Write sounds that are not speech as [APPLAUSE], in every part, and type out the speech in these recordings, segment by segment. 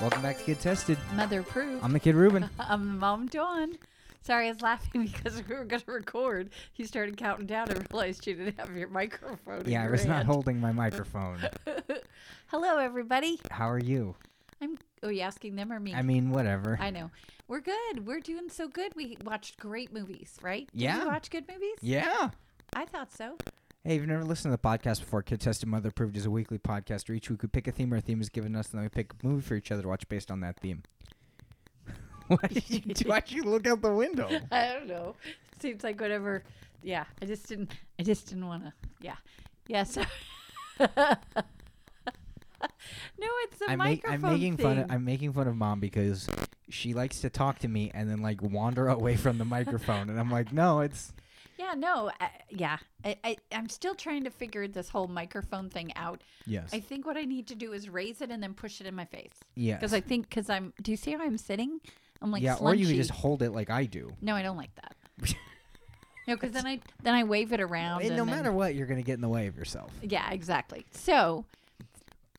Welcome back to Get Tested. Mother proof. I'm the Kid [LAUGHS] Ruben. I'm Mom Dawn. Sorry, I was laughing [LAUGHS] because we were going to record. You started counting down and realized you didn't have your microphone. in yeah, I your was not hand. holding my microphone. [LAUGHS] Hello, everybody. How are [LAUGHS] you? I'm. Oh, you asking them or me? I mean, whatever. I know. We're good. We're doing so good. We watched great movies, right? Did Yeah. you watch good movies? yeah. I thought so. [LAUGHS] Hey, if you've never listened to the podcast before, Kid Tested Mother Approved is a weekly podcast where each week we pick a theme or a theme is given us, and then we pick a movie for each other to watch based on that theme. [LAUGHS] Why did [LAUGHS] you do? Why'd you look out the window? I don't know. Seems like whatever. Yeah, I just didn't. I just didn't want to. Yeah, yeah. So. [LAUGHS] no, it's a I'm, ma- microphone I'm making thing. fun. Of, I'm making fun of mom because she likes to talk to me and then like wander [LAUGHS] away from the microphone, and I'm like, no, it's yeah, no, I, yeah. I, I, I'm still trying to figure this whole microphone thing out. yes, I think what I need to do is raise it and then push it in my face. yes. Because I think, because I'm. Do you see how I'm sitting? I'm like yeah, or you could slouchy. just hold it like I do. No, I don't like that. [LAUGHS] no, because then I then I wave it around. And no and then- matter what, you're gonna get in the way of yourself. Yeah, exactly. So,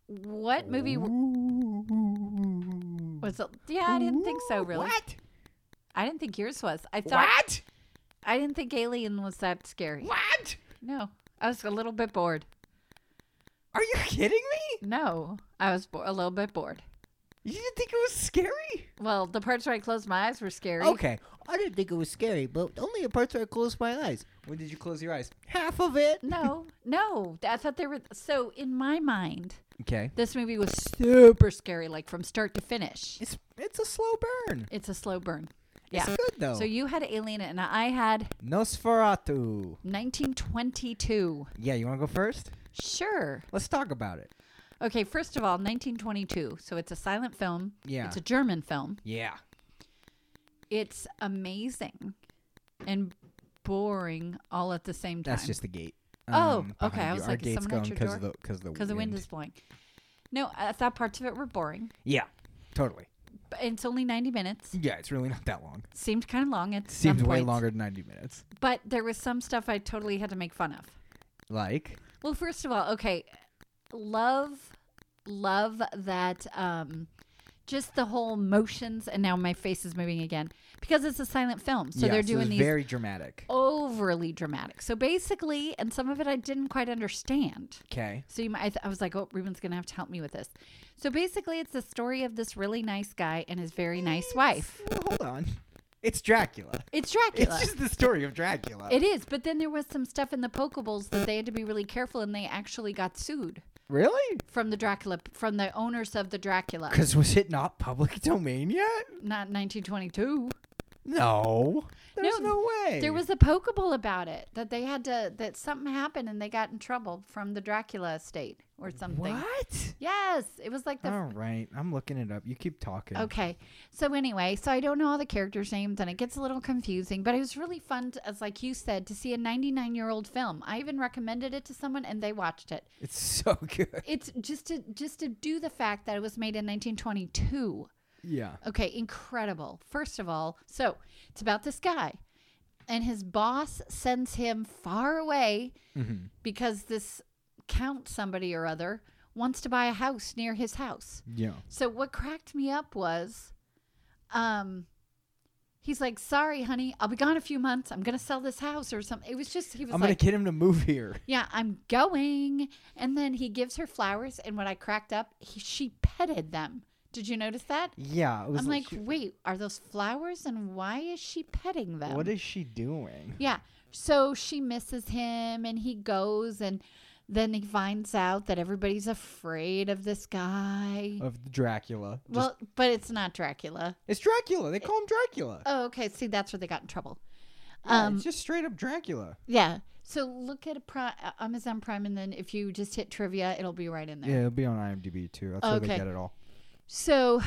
what movie w- was it? Yeah, I didn't think so. Really, What? I didn't think yours was. I thought What? I didn't think Alien was that scary. What? No, I was a little bit bored. Are you kidding me? No, I was bo- a little bit bored. You didn't think it was scary? Well, the parts where I closed my eyes were scary. Okay. I didn't think it was scary, but only the parts where I closed my eyes. When did you close your eyes? Half of it. [LAUGHS] No, no, I thought they were. So in my mind, Okay. this movie was super scary, like from start to finish. It's it's a slow burn. It's a slow burn. Yeah. It's good though. So you had Alien and I had Nosferatu. 1922. Yeah, you wanna go first? Sure. Let's talk about it. Okay, first of all, 1922. So it's a silent film. Yeah. It's a German film. yeah. It's amazing and boring all at the same time. That's just the gate. um, Oh, okay, behind I you. was Our like, is gate's someone at going your because of door? the because the because the wind is blowing. No, I thought parts of it were boring. Yeah. Totally. But it's only 90 minutes. Yeah, it's really [LAUGHS] not that long. Seemed kind of long. It Seems way longer than 90 minutes. But there was some stuff I totally had to make fun of. Like, Well, first of all, okay, love, love that. Um, just the whole motions, and now my face is moving again because it's a silent film. So yeah, they're so doing it's these Oh. very dramatic. overly dramatic. So basically, and some of it I didn't quite understand. Okay. So you might, I, th- I was like, oh, Ruben's gonna have to help me with this. So basically, it's the story of this really nice guy and his very nice wife. Well, hold on. It's Dracula. It's Dracula. It's just the story of Dracula. It is, but then there was some stuff in the Pokeballs that they had to be really careful, and they actually got sued. really? from the Dracula from the owners of the Dracula. Because was it not public [LAUGHS] domain yet? Not 1922. No. There's no, No, way. There was a Pokeball about it that they had to that something happened and they got in trouble from the Dracula estate or something. What? Oh. Yes, it was like the All right. I'm looking it up. You keep talking. Okay. So anyway, so I don't know all the characters' names and it gets a little confusing, but it was really fun to, as like you said to see a 99-year-old film. I even recommended it to someone and they watched it. It's so [LAUGHS] good. It's just to just to do the fact that it was made in 1922. Yeah. Okay, incredible. First of all, so it's about this guy, and his boss sends him far away Mhm. because this count somebody or other wants to buy a house near his house. Yeah. So what cracked me up was, um, he's like, "Sorry, honey, I'll be gone a few months. I'm gonna sell this house or something." It was just he was I'm like, going to get him to move here. yeah, I'm going. And then he gives her flowers. And when I cracked up, he, she petted them. Did you notice that? Yeah. It was I'm like, she- wait, are those flowers? And why is she petting them? what is she doing? yeah. So she misses him and he goes and then he finds out that everybody's afraid of this guy. Of Dracula. Oh, Just- well, but it's not Dracula. it's Dracula. They call him Dracula. Oh, okay. See, that's where they got in trouble. Yeah, Um, it's just straight up Dracula. yeah. So look at a pri- uh, Amazon Prime and then if you just hit trivia, it'll be right in there. Yeah, it'll be on IMDb too. That's where they Okay. get it all. So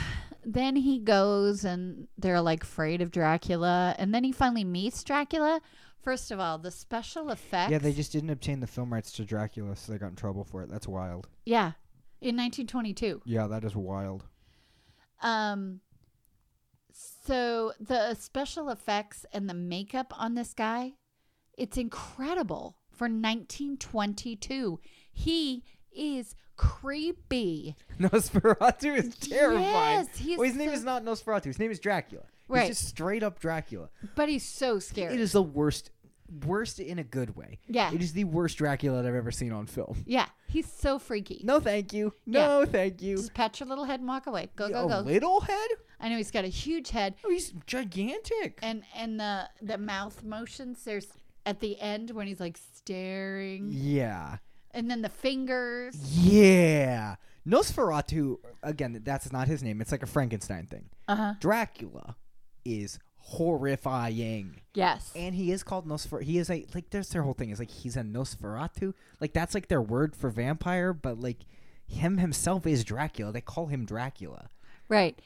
then he goes and they're like afraid of Dracula. And then he finally meets Dracula. First of all, the special effects. Yeah, they just didn't obtain the film rights to Dracula, so they got in trouble for it. That's wild. Yeah. In 1922. Yeah, that is wild. [LAUGHS] Um, so the special effects and the makeup on this guy, it's incredible for 1922. He is creepy. Nosferatu is terrifying. Yes, he's well, his name so- is not Nosferatu. His name is Dracula. Right. He's just straight up Dracula. But he's so scary. It is the worst, worst in a good way. Yeah. It is the worst Dracula that I've ever seen on film. yeah, he's so freaky. No, thank you. Yeah. No, thank you. Just pat your little head and walk away. Go, a go, go. little head? I know he's got a huge head. Oh, he's gigantic. And and the the mouth motions there's at the end when he's like staring yeah. and then the fingers. Yeah. Nosferatu, again, that's not his name. It's like a Frankenstein thing. Uh-huh. Dracula is horrifying. Yes. And he is called Nosferatu. He is a, like, there's their whole thing. is like, he's a Nosferatu. Like, that's like their word for vampire, but like, him himself is Dracula. They call him Dracula. Right.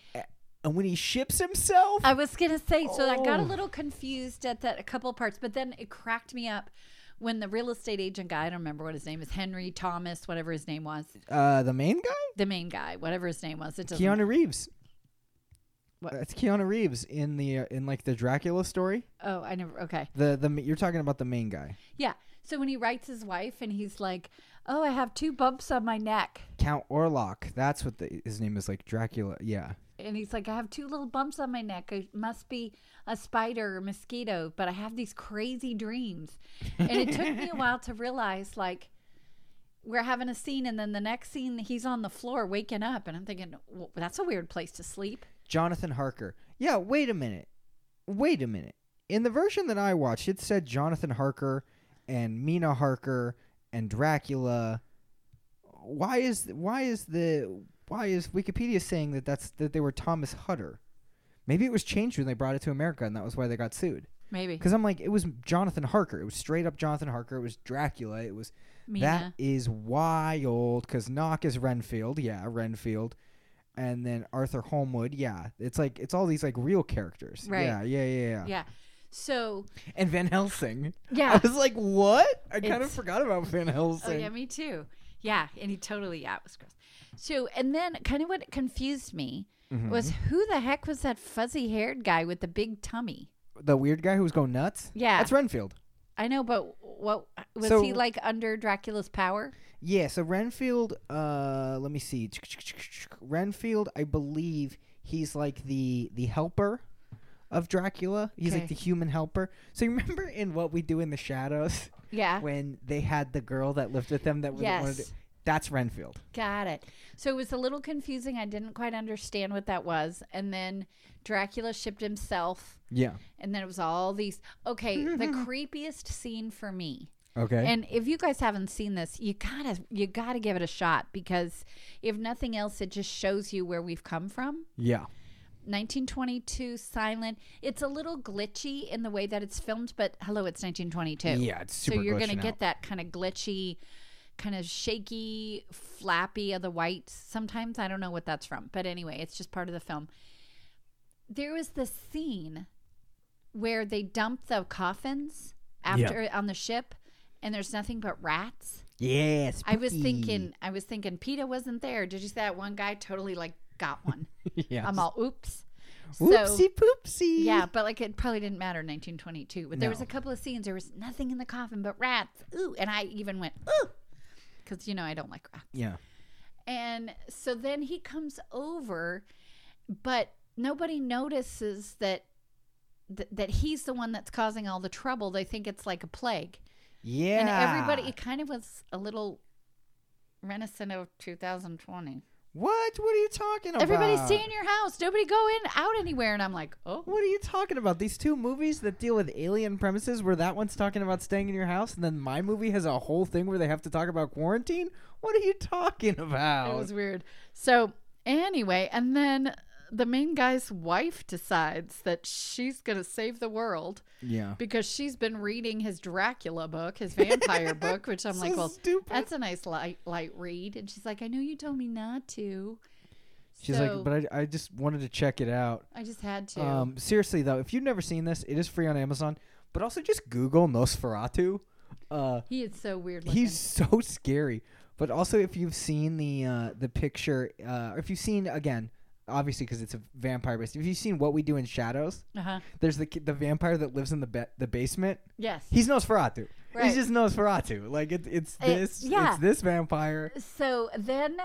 And when he ships himself, I was gonna say, so I got a Oh. little confused at that a couple parts, but then it cracked me up when the real estate agent guy, I don't remember what his name is, Henry Thomas, whatever his name was, uh, the main guy? the main guy, whatever his name was. It doesn't Keanu Reeves. What? That's Keanu Reeves in the uh, in like the Dracula story. Oh, I never okay. The the you're talking about the main guy, Yeah. So when he writes his wife and he's like, Oh, I have two bumps on my neck. Count Orlok. That's what the, his name is like Dracula. Yeah. And he's like, I have two little bumps on my neck. It must be a spider or mosquito, but I have these crazy dreams. And it took me a while to realize, like, we're having a scene, and then the next scene, he's on the floor waking up. And I'm thinking, well, that's a weird place to sleep. Jonathan Harker. Yeah, wait a minute. Wait a minute. In the version that I watched, it said Jonathan Harker and Mina Harker and Dracula. Why is why is the why is Wikipedia saying that that's that they were Thomas Hutter? Maybe it was changed when they brought it to America, and that was why they got sued. Maybe. Because I'm like, it was Jonathan Harker. It was straight up Jonathan Harker. It was Dracula. It was Mina. That is wild because Knock is Renfield, yeah, Renfield, and then Arthur Holmwood, yeah. It's like it's all these like real characters, Right. Yeah, yeah, yeah, yeah. yeah. So, And Van Helsing, yeah. [LAUGHS] I was like, what? I kind of It's- forgot about Van Oh Helsing. yeah, me too. Yeah, and he totally yeah, it was gross. So and then kind of what confused me Mm-hmm. was who the heck was that fuzzy haired guy with the big tummy? The weird guy who was going nuts. Yeah. that's Renfield. I know, but what was So- he like under Dracula's power? Yeah, so Renfield, uh, let me see. Renfield, I believe he's like the the helper of Dracula. He's like Okay. the human helper. So you remember in What We Do in the Shadows Yeah, when they had the girl that lived with them that was wanted Yes. to, that's Renfield. got it. So it was a little confusing. I didn't quite understand what that was. And then Dracula shipped himself, Yeah. and then it was all these. Okay, the creepiest scene for me Okay. And if you guys haven't seen this, you gotta you gotta give it a shot because if nothing else, it just shows you where we've come from. yeah. 1922 silent. It's a little glitchy in the way that it's filmed, but hello, it's 1922. Yeah, it's so super you're glitching gonna get out. that kind of glitchy, kind of shaky, flappy of the whites. Sometimes I don't know what that's from, but anyway, it's just part of the film. There was this scene where they dump the coffins Yeah. after on the ship, and there's nothing but rats. Yeah. I was spooky. thinking, I was thinking, PETA wasn't there. Did you see that one guy totally like got one? [LAUGHS] yeah. I'm all oops. So Oopsie poopsie. yeah, but like it probably didn't matter in 1922. But there was No. a couple of scenes. There was nothing in the coffin but rats. Ooh, and I even went ooh, because you know I don't like rats. Yeah. And so then he comes over, but nobody notices that th- that he's the one that's causing all the trouble. They think it's like a plague. Yeah. And everybody, it kind of was a little reticent of 2020. What? What are you talking about? Everybody stay in your house. Nobody go in, out anywhere. And I'm like, oh, What are you talking about? These two movies that deal with alien premises, where that one's talking about staying in your house, and then my movie has a whole thing where they have to talk about quarantine? What are you talking it about? was weird. So, anyway, and then the main guy's wife decides that she's going to save the world yeah. because she's been reading his Dracula book, [LAUGHS] his vampire book, which I'm like, So well, stupid. that's a nice light, light read. And she's like, I know you told me not to. She's So, like, but I, I just wanted to check it out. I just had to. Um, seriously though, if you've never seen this, it is free on Amazon. But also just Google Nosferatu. Uh, he is so weird looking. he's so [LAUGHS] scary. But also if you've seen the uh, the picture, uh, if you've seen again, obviously because it's a vampire based. If you've seen What We Do in Shadows, uh-huh. there's the ki- the vampire that lives in the ba- the basement. Yes. He's Nosferatu. Right. It's just Nosferatu. Like it, it's It- this. yeah. It's this vampire. So then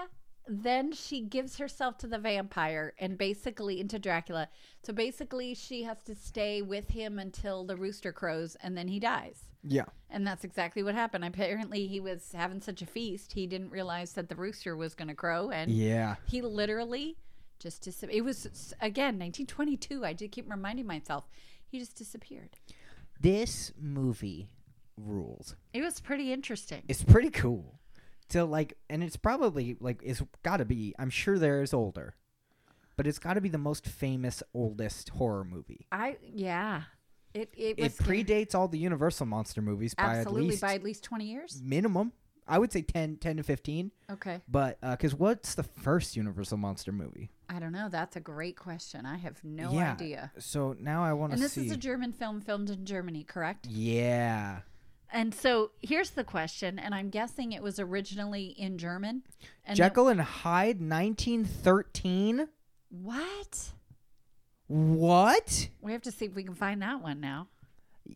then she gives herself to the vampire and basically into Dracula. So basically she has to stay with him until the rooster crows and then he dies. Yeah. And that's exactly what happened. Apparently he was having such a feast, he didn't realize that the rooster was going to crow and Yeah. he literally just disappeared. It was again 1922. I just keep reminding myself. He just disappeared. This movie rules. It was pretty interesting. It's pretty cool. To like, and it's probably like it's got to be. I'm sure there is older, but it's got to be the most famous oldest horror movie. I yeah. It it was It predates all the Universal monster movies by at absolutely least by at least 20 years. minimum. I would say 10, 10 to fifteen. Okay. But because what's the first Universal monster movie? I don't know. That's a great question. I have no Yeah. idea. So now I want And to this see. is a German film filmed in Germany, correct? yeah. And so here's the question, and I'm guessing it was originally in German. And then- Jekyll and Hyde, 1913. what? What? We have to see if we can find that one now.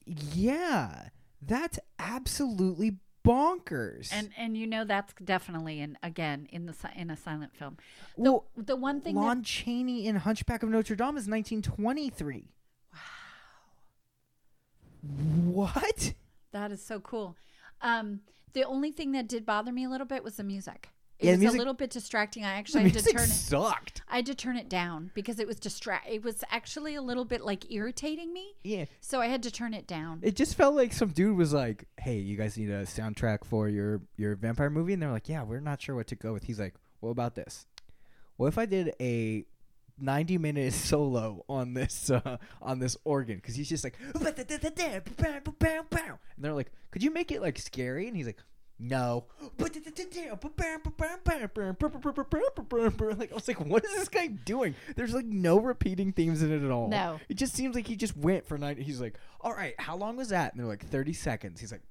Yeah, that's absolutely bonkers. And and you know that's definitely in again in the si- in a silent film. The, well, the one thing Lon Chaney in Hunchback of Notre Dame is 1923. Wow. What? that, that is so cool. Um, the only thing that did bother me a little bit was the music. It Yeah, the was music- a little bit distracting. I The actually had to music turn it. sucked. I had to turn it down because it was distract. It was actually a little bit like irritating me, Yeah, so I had to turn it down. it just felt like some dude was like, "Hey, you guys need a soundtrack for your your vampire movie," and they're like, "Yeah, we're not sure what to go with." He's like, "What about this? What if I did a 90 minute solo on this uh, on this organ?" Because he's just like, and they're like, "Could you make it like scary?" And he's like. No. Like I was like, what is this guy doing? There's like no repeating themes in it at all. No. It just seems like he just went for nine. He's like, all right, how long was that? And they're like, 30 seconds. He's like,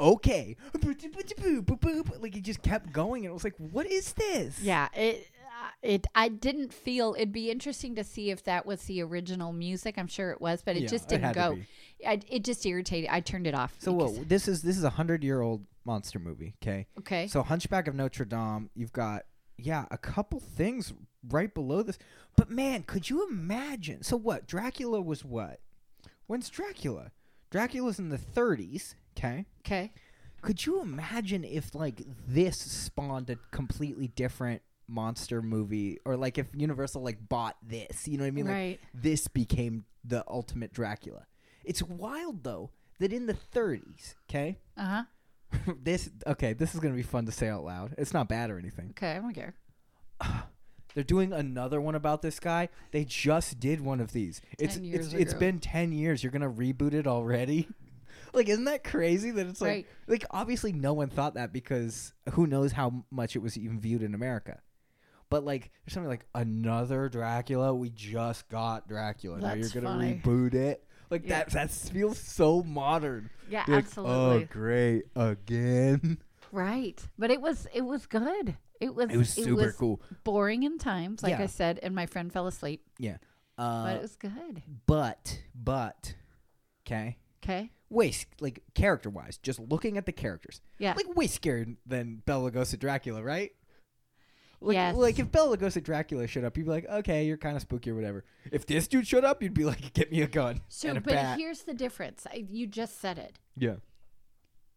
okay. Like he just kept going. And it was like, what is this? Yeah, it uh, it I didn't feel it'd be interesting to see if that was the original music. I'm sure it was, but it Yeah, just it didn't had to go. be. I, it just irritated. I turned it off. So because- whoa, this is this is a hundred year old monster movie. Okay. Okay. So Hunchback of Notre Dame. You've got yeah a couple things right below this. But man, could you imagine? So what? Dracula was what? When's Dracula? Dracula's in the 30s. Okay. okay. Could you imagine if like this spawned a completely different monster movie or like if Universal like bought this, you know what I mean? Right. Like this became the ultimate Dracula. It's wild though that in the 30s, okay? Uh huh. [LAUGHS] this okay, this is going to be fun to say out loud. It's not bad or anything. Okay. I don't care. They're doing another one about this guy. They just did one of these. It's 10 years it's, it's ago. been 10 years. You're going to reboot it already? [LAUGHS] like isn't that crazy that it's like Right. like obviously no one thought that because who knows how m- much it was even viewed in America. But like there's something like another Dracula, we just got Dracula. now you're That's going funny. to reboot it. Like Yeah. that that feels so modern. Yeah, Be like, absolutely. oh great again. Right. But it was it was good. It was It was super was cool. Boring in times, like Yeah. I said, and my friend fell asleep, Yeah. but Uh, it was good. but but okay. Okay. Way sc- like character wise, just looking at the characters, Yeah. like way scarier than Bela Lugosi Dracula, right? Like, Yes. like if Bela Lugosi Dracula showed up, you'd be like, okay, you're kind of spooky or whatever. If this dude showed up, you'd be like, get me a gun So, and a but bat. here's the difference. I, you just said it. yeah,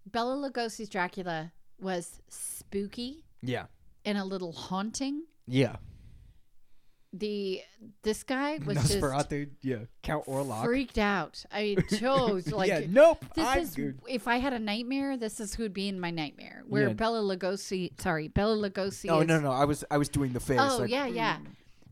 Bella Lugosi's Dracula was spooky yeah, and a little haunting. yeah. The this guy was just Nosferatu, yeah. Count Orlok. freaked out. [LAUGHS] I chose like yeah, nope. this I'm is good. if I had a nightmare, this is who'd be in my nightmare. Where Yeah. Bella Lugosi, sorry, Bella Lugosi. Oh is, no, no, I was I was doing the face. Oh like, yeah, yeah.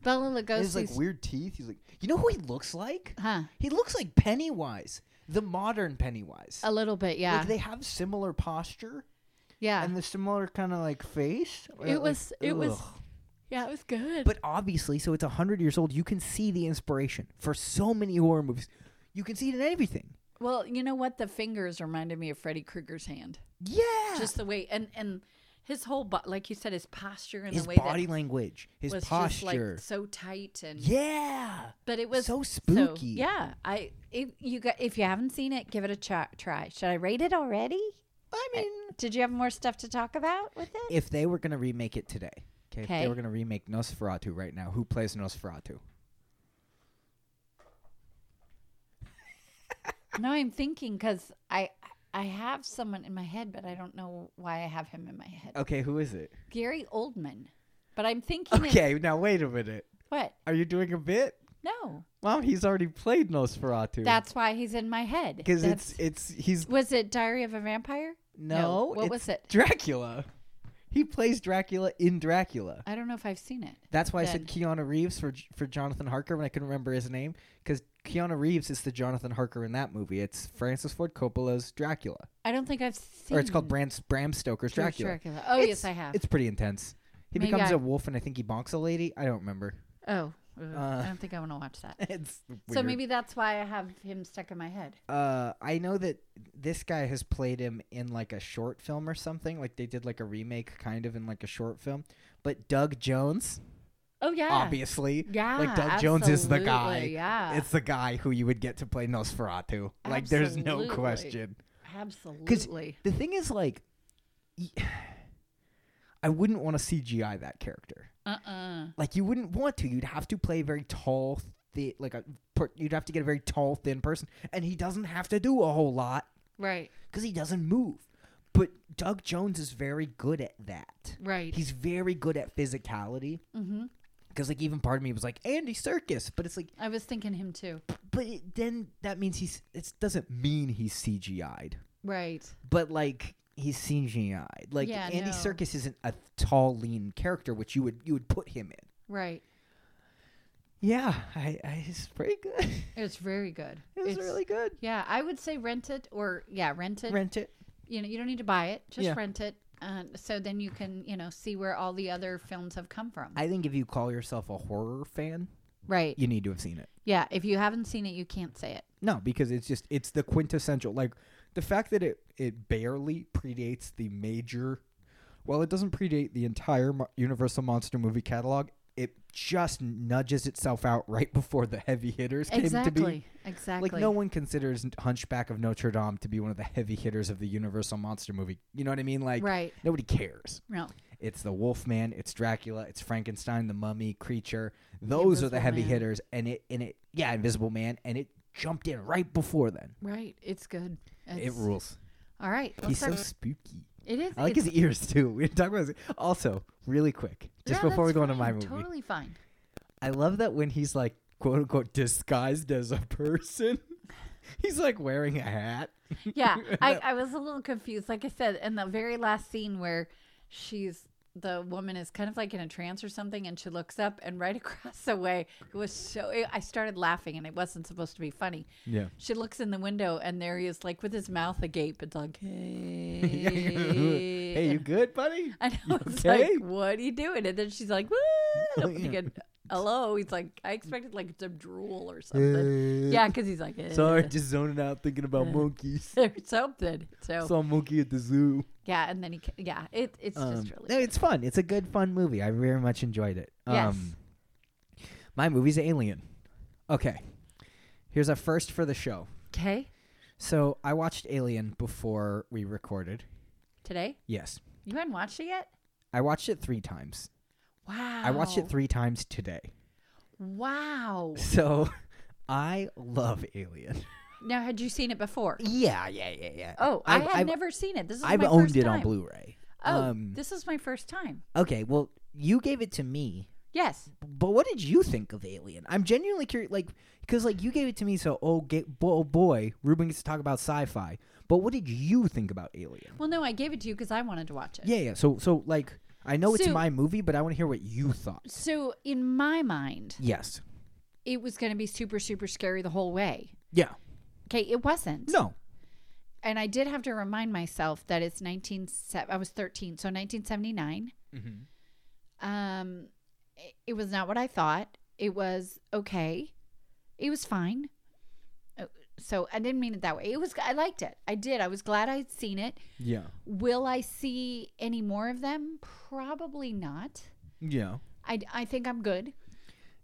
Bella His Lugosi's like weird teeth. He's like, you know who he looks like? huh? He looks like Pennywise, the modern Pennywise. A little bit, Oh, yeah, Like they have similar posture yeah. and the similar kind of like face. Uh, it like, was, it was, ugh. yeah, it was good. But obviously, so it's hundred years old. You can see the inspiration for so many horror movies. You can see it in everything. well, you know what? The fingers reminded me of Freddy Krueger's hand. Yeah. just the way and and his whole bo- like you said his posture and his the way body that language, his was just posture. like so tight and yeah. but it was so spooky. yeah, I if you got, if you haven't seen it, give it a ch- try. Should I rate it already? I mean, Did you have more stuff to talk about with it? if they were going to remake it today, okay, if they Okay. were going to remake Nosferatu right now, who plays Nosferatu? No, I'm thinking because I I have someone in my head, but I don't know why I have him in my head. Okay, who is it? Gary Oldman, but I'm thinking it's- Okay, now wait a minute. what? Are you doing a bit? No, Mom, he's already played Nosferatu. that's why he's in my head. because That's- it's it's he's was it Diary of a Vampire? no. What it's was it? Dracula. He plays Dracula in Dracula. I don't know if I've seen it. That's why I Then- said Keanu Reeves for for Jonathan Harker when I couldn't remember his name because Keanu Reeves is the Jonathan Harker in that movie. It's Francis Ford Coppola's Dracula, I don't think I've seen. or it's called Bram, Bram Stoker's Dr- Dracula. Oh It's- yes, I have. It's pretty intense. He Maybe becomes I- a wolf and I think he bonks a lady. I don't remember. [LAUGHS] Oh, ugh, Uh, I don't think I want to watch that. It's weird. So maybe that's why I have him stuck in my head. uh, I know that this guy has played him in like a short film or something. Like they did like a remake, kind of in like a short film. But Doug Jones, Oh yeah, obviously, yeah. like Doug Jones is the guy. absolutely, Yeah, it's the guy who you would get to play Nosferatu. Like there's no Absolutely. question. absolutely. The thing is, like, y- [SIGHS] I wouldn't want to CGI that character. Uh uh Like you wouldn't want to. You'd have to play a very tall, thi- like a. per- You'd have to get a very tall, thin person, and he doesn't have to do a whole lot Right, because he doesn't move. But Doug Jones is very good at that. right. He's very good at physicality. hmm Because like even part of me was like Andy Circus, but it's like, I was thinking him too. but it, then that means he's. It doesn't mean he's CGI'd. Right. but like he's CGI. Like Yeah, Andy no. Circus isn't a tall, lean character, which you would you would put him in. Right. Yeah, I, I it's pretty good. [LAUGHS] It's very good. it was It's- really good. Yeah, I would say rent it or yeah, rent it. Rent it. You know, you don't need to buy it. Just Yeah. rent it. Uh, so then you can, you know, see where all the other films have come from. I think if you call yourself a horror fan, right. you need to have seen it. Yeah. If you haven't seen it, you can't say it. No, because it's just it's the quintessential. Like the fact that it it barely predates the major. Well, it doesn't predate the entire Mo- Universal monster movie catalog. It just nudges itself out right [LAUGHS] before the heavy hitters came to be. Exactly. Exactly. Like no one considers Hunchback of Notre Dame to be one of the heavy hitters of the Universal monster movie. You know what I mean? Like right. nobody cares. No. It's the Wolfman, it's Dracula, it's Frankenstein, the Mummy, Creature. Those are the Invisible heavy Man. hitters, and it and it yeah, Invisible Man, and it jumped in right before then. Right. It's good. it It's- rules. All right. Let's He's start. so spooky. it is. I like it's- his ears too. We didn't talk about his Also, really quick, [LAUGHS] just Yeah, before we that's go into my fine, movie, [LAUGHS] Totally fine. I love that when he's like quote unquote disguised as a person, [LAUGHS] he's like wearing a hat. Yeah. I, I was a little confused. Like I said, in the very last scene where she's the woman is kind of like in a trance or something and she looks up and right [LAUGHS] across the way it was so i started laughing and it wasn't supposed to be funny Yeah. she looks in the window and there he is like with his mouth agape it's [LAUGHS] like hey hey, you [LAUGHS] good, buddy? I know. It's okay? like, what are you doing? And then she's like, Woo! Oh, I'm yeah. thinking, [LAUGHS] hello. He's like, I expected like some drool or something. yeah, because he's like, eh. Sorry, [LAUGHS] just zoning out thinking about monkeys. or something. So, Saw a monkey at the zoo. yeah, and then he, ca- yeah, it, it's just Um, really. no, it's fun. It's a good, fun movie. I very much enjoyed it. Um, Yes. my movie's Alien. Okay. Here's a first for the show. okay, So I watched Alien before we recorded. today Yes. you hadn't watched it yet. I watched it three times. Wow. I watched it three times today. [LAUGHS] Wow. So I love Alien. [LAUGHS] Now, had you seen it before? yeah, yeah, yeah, yeah. Oh, I I've- had I've- never seen it. This is I've my owned first it time. on Blu-ray. Oh, um, this is my first time. Okay, well, you gave it to me, Yes. but what did you think of Alien? I'm genuinely curious, like, because like you gave it to me, so oh, get, bo- oh boy, Ruben gets to talk about sci-fi. But what did you think about Alien? Well, no, I gave it to you because I wanted to watch it. Yeah, yeah. So, so like, I know it's So- my movie, but I want to hear what you thought. So, in my mind, Yes. it was going to be super, super scary the whole way. Yeah. Okay, it wasn't. No. And I did have to remind myself that it's 19 se- I was 13, so 1979. Mm-hmm. Um it, it was not what I thought. It was okay. It was fine. Uh, So I didn't mean it that way. It was I liked it. I did. I was glad I'd seen it. Yeah. Will I see any more of them? Probably not. Yeah. I, I think I'm good.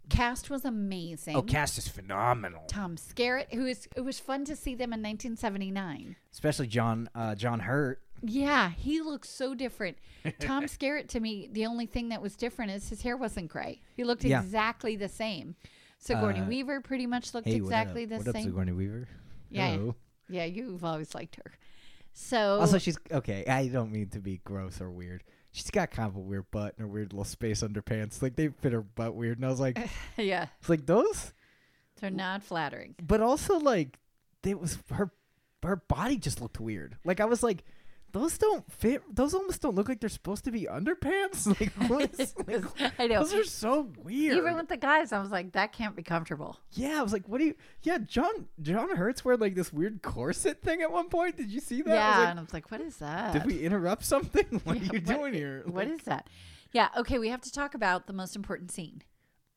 Cast was amazing. Oh, cast is phenomenal. Tom Skerritt, who is it was fun to see them in 1979. Especially John uh, John Hurt. Yeah, he looks so different. [LAUGHS] Tom Skerritt to me, the only thing that was different is his hair wasn't gray. He looked Yeah. exactly the same. Sigourney Uh, Weaver pretty much looked Hey, what up? exactly what the up, same. Sigourney Weaver? Yeah. Hello. yeah, you've always liked her. So [LAUGHS] Also, she's okay. I don't mean to be gross or weird. She's got kind of a weird butt and a weird little space underpants. Like they fit her butt weird, and I [LAUGHS] was like, yeah, it's like those. they're [LAUGHS] not flattering. But also, like, it was her. Her body just looked weird. Like I was like, those don't fit. Those almost don't look like they're supposed to be underpants. [LAUGHS] Like, what [LAUGHS] is, like I know. those are so weird. Even with the guys, I was like, that can't be comfortable. Yeah, I was like, "What do you?" Yeah, John John Hurts wearing like this weird corset thing at one point. Did you see that? I was yeah, like, and I was like, what is that? Did we interrupt something? [LAUGHS] What [LAUGHS] Yeah, are you what- doing here? What is that? Yeah, okay, we have to talk about the most important scene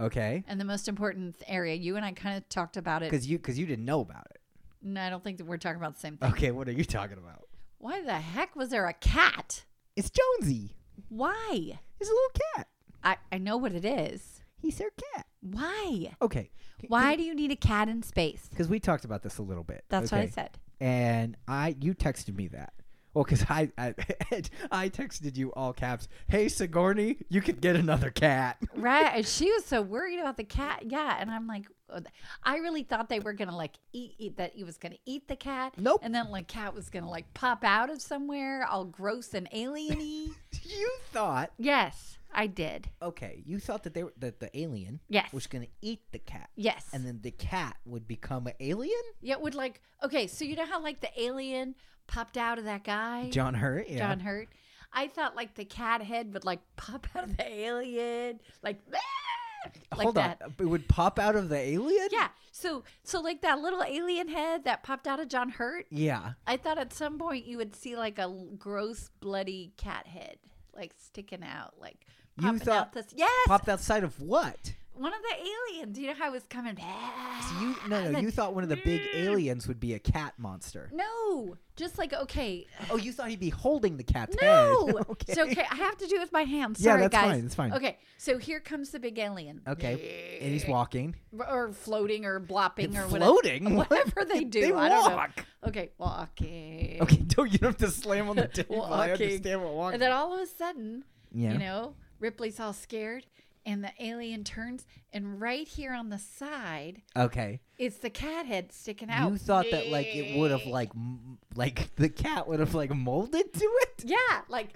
okay? and the most important area. You and I kind of talked about it. Because you because you didn't know about it. No, I don't think that we're talking about the same thing. Okay, what are you talking about? Why the heck was there a cat? It's Jonesy. Why? He's a little cat. I, I know what it is. He's their cat. Why? Okay. Why do you need a cat in space? Because we talked about this a little bit. That's what I okay? said. And I you texted me that. Well, because I, I [LAUGHS] I texted you all caps. Hey Sigourney, you could get another cat. [LAUGHS] Right. And she was so worried about the cat. Yeah. And I'm like, uh, I really thought they were going to like eat, eat that he was going to eat the cat. Nope. And then like cat was going to like pop out of somewhere all gross and alien y. you thought yes, I did. okay, you thought that they were, that the alien Yes. was going to eat the cat, Yes. and then the cat would become an alien. yeah. It would like, okay. So you know how like the alien popped out of that guy? John Hurt, yeah. John Hurt. I thought like the cat head would like [LAUGHS] pop out of the alien, like "Ah!" like Hold that. on, it would pop out of the alien. Yeah. So so like that little alien head that popped out of John Hurt. yeah. I thought at some point you would see like a l- gross bloody cat head like sticking out, like You popping thought- out this. Yes, Popped outside of what? one of the aliens. You know how it was coming. So you no no. Then- You thought one of the big aliens would be a cat monster. No, just like okay, Oh, you thought he'd be holding the cat's [LAUGHS] no. head. It's okay. I have to do it with my hands. Yeah, Sorry, that's guys. fine, it's fine. Okay, so here comes the big alien. Okay, and he's walking. or floating or blopping or Floating? What? whatever, whatever they do. They I don't walk. know. Okay, walking. Okay, [LAUGHS] don't you don't have to slam [LAUGHS] on the table. I Walking. understand what walking. And then all of a sudden, Yeah. you know, Ripley's all scared, and the alien turns, and right here on the side okay, is the cat head sticking out. you thought that like it would have like m- like the cat would have like molded to it. yeah, like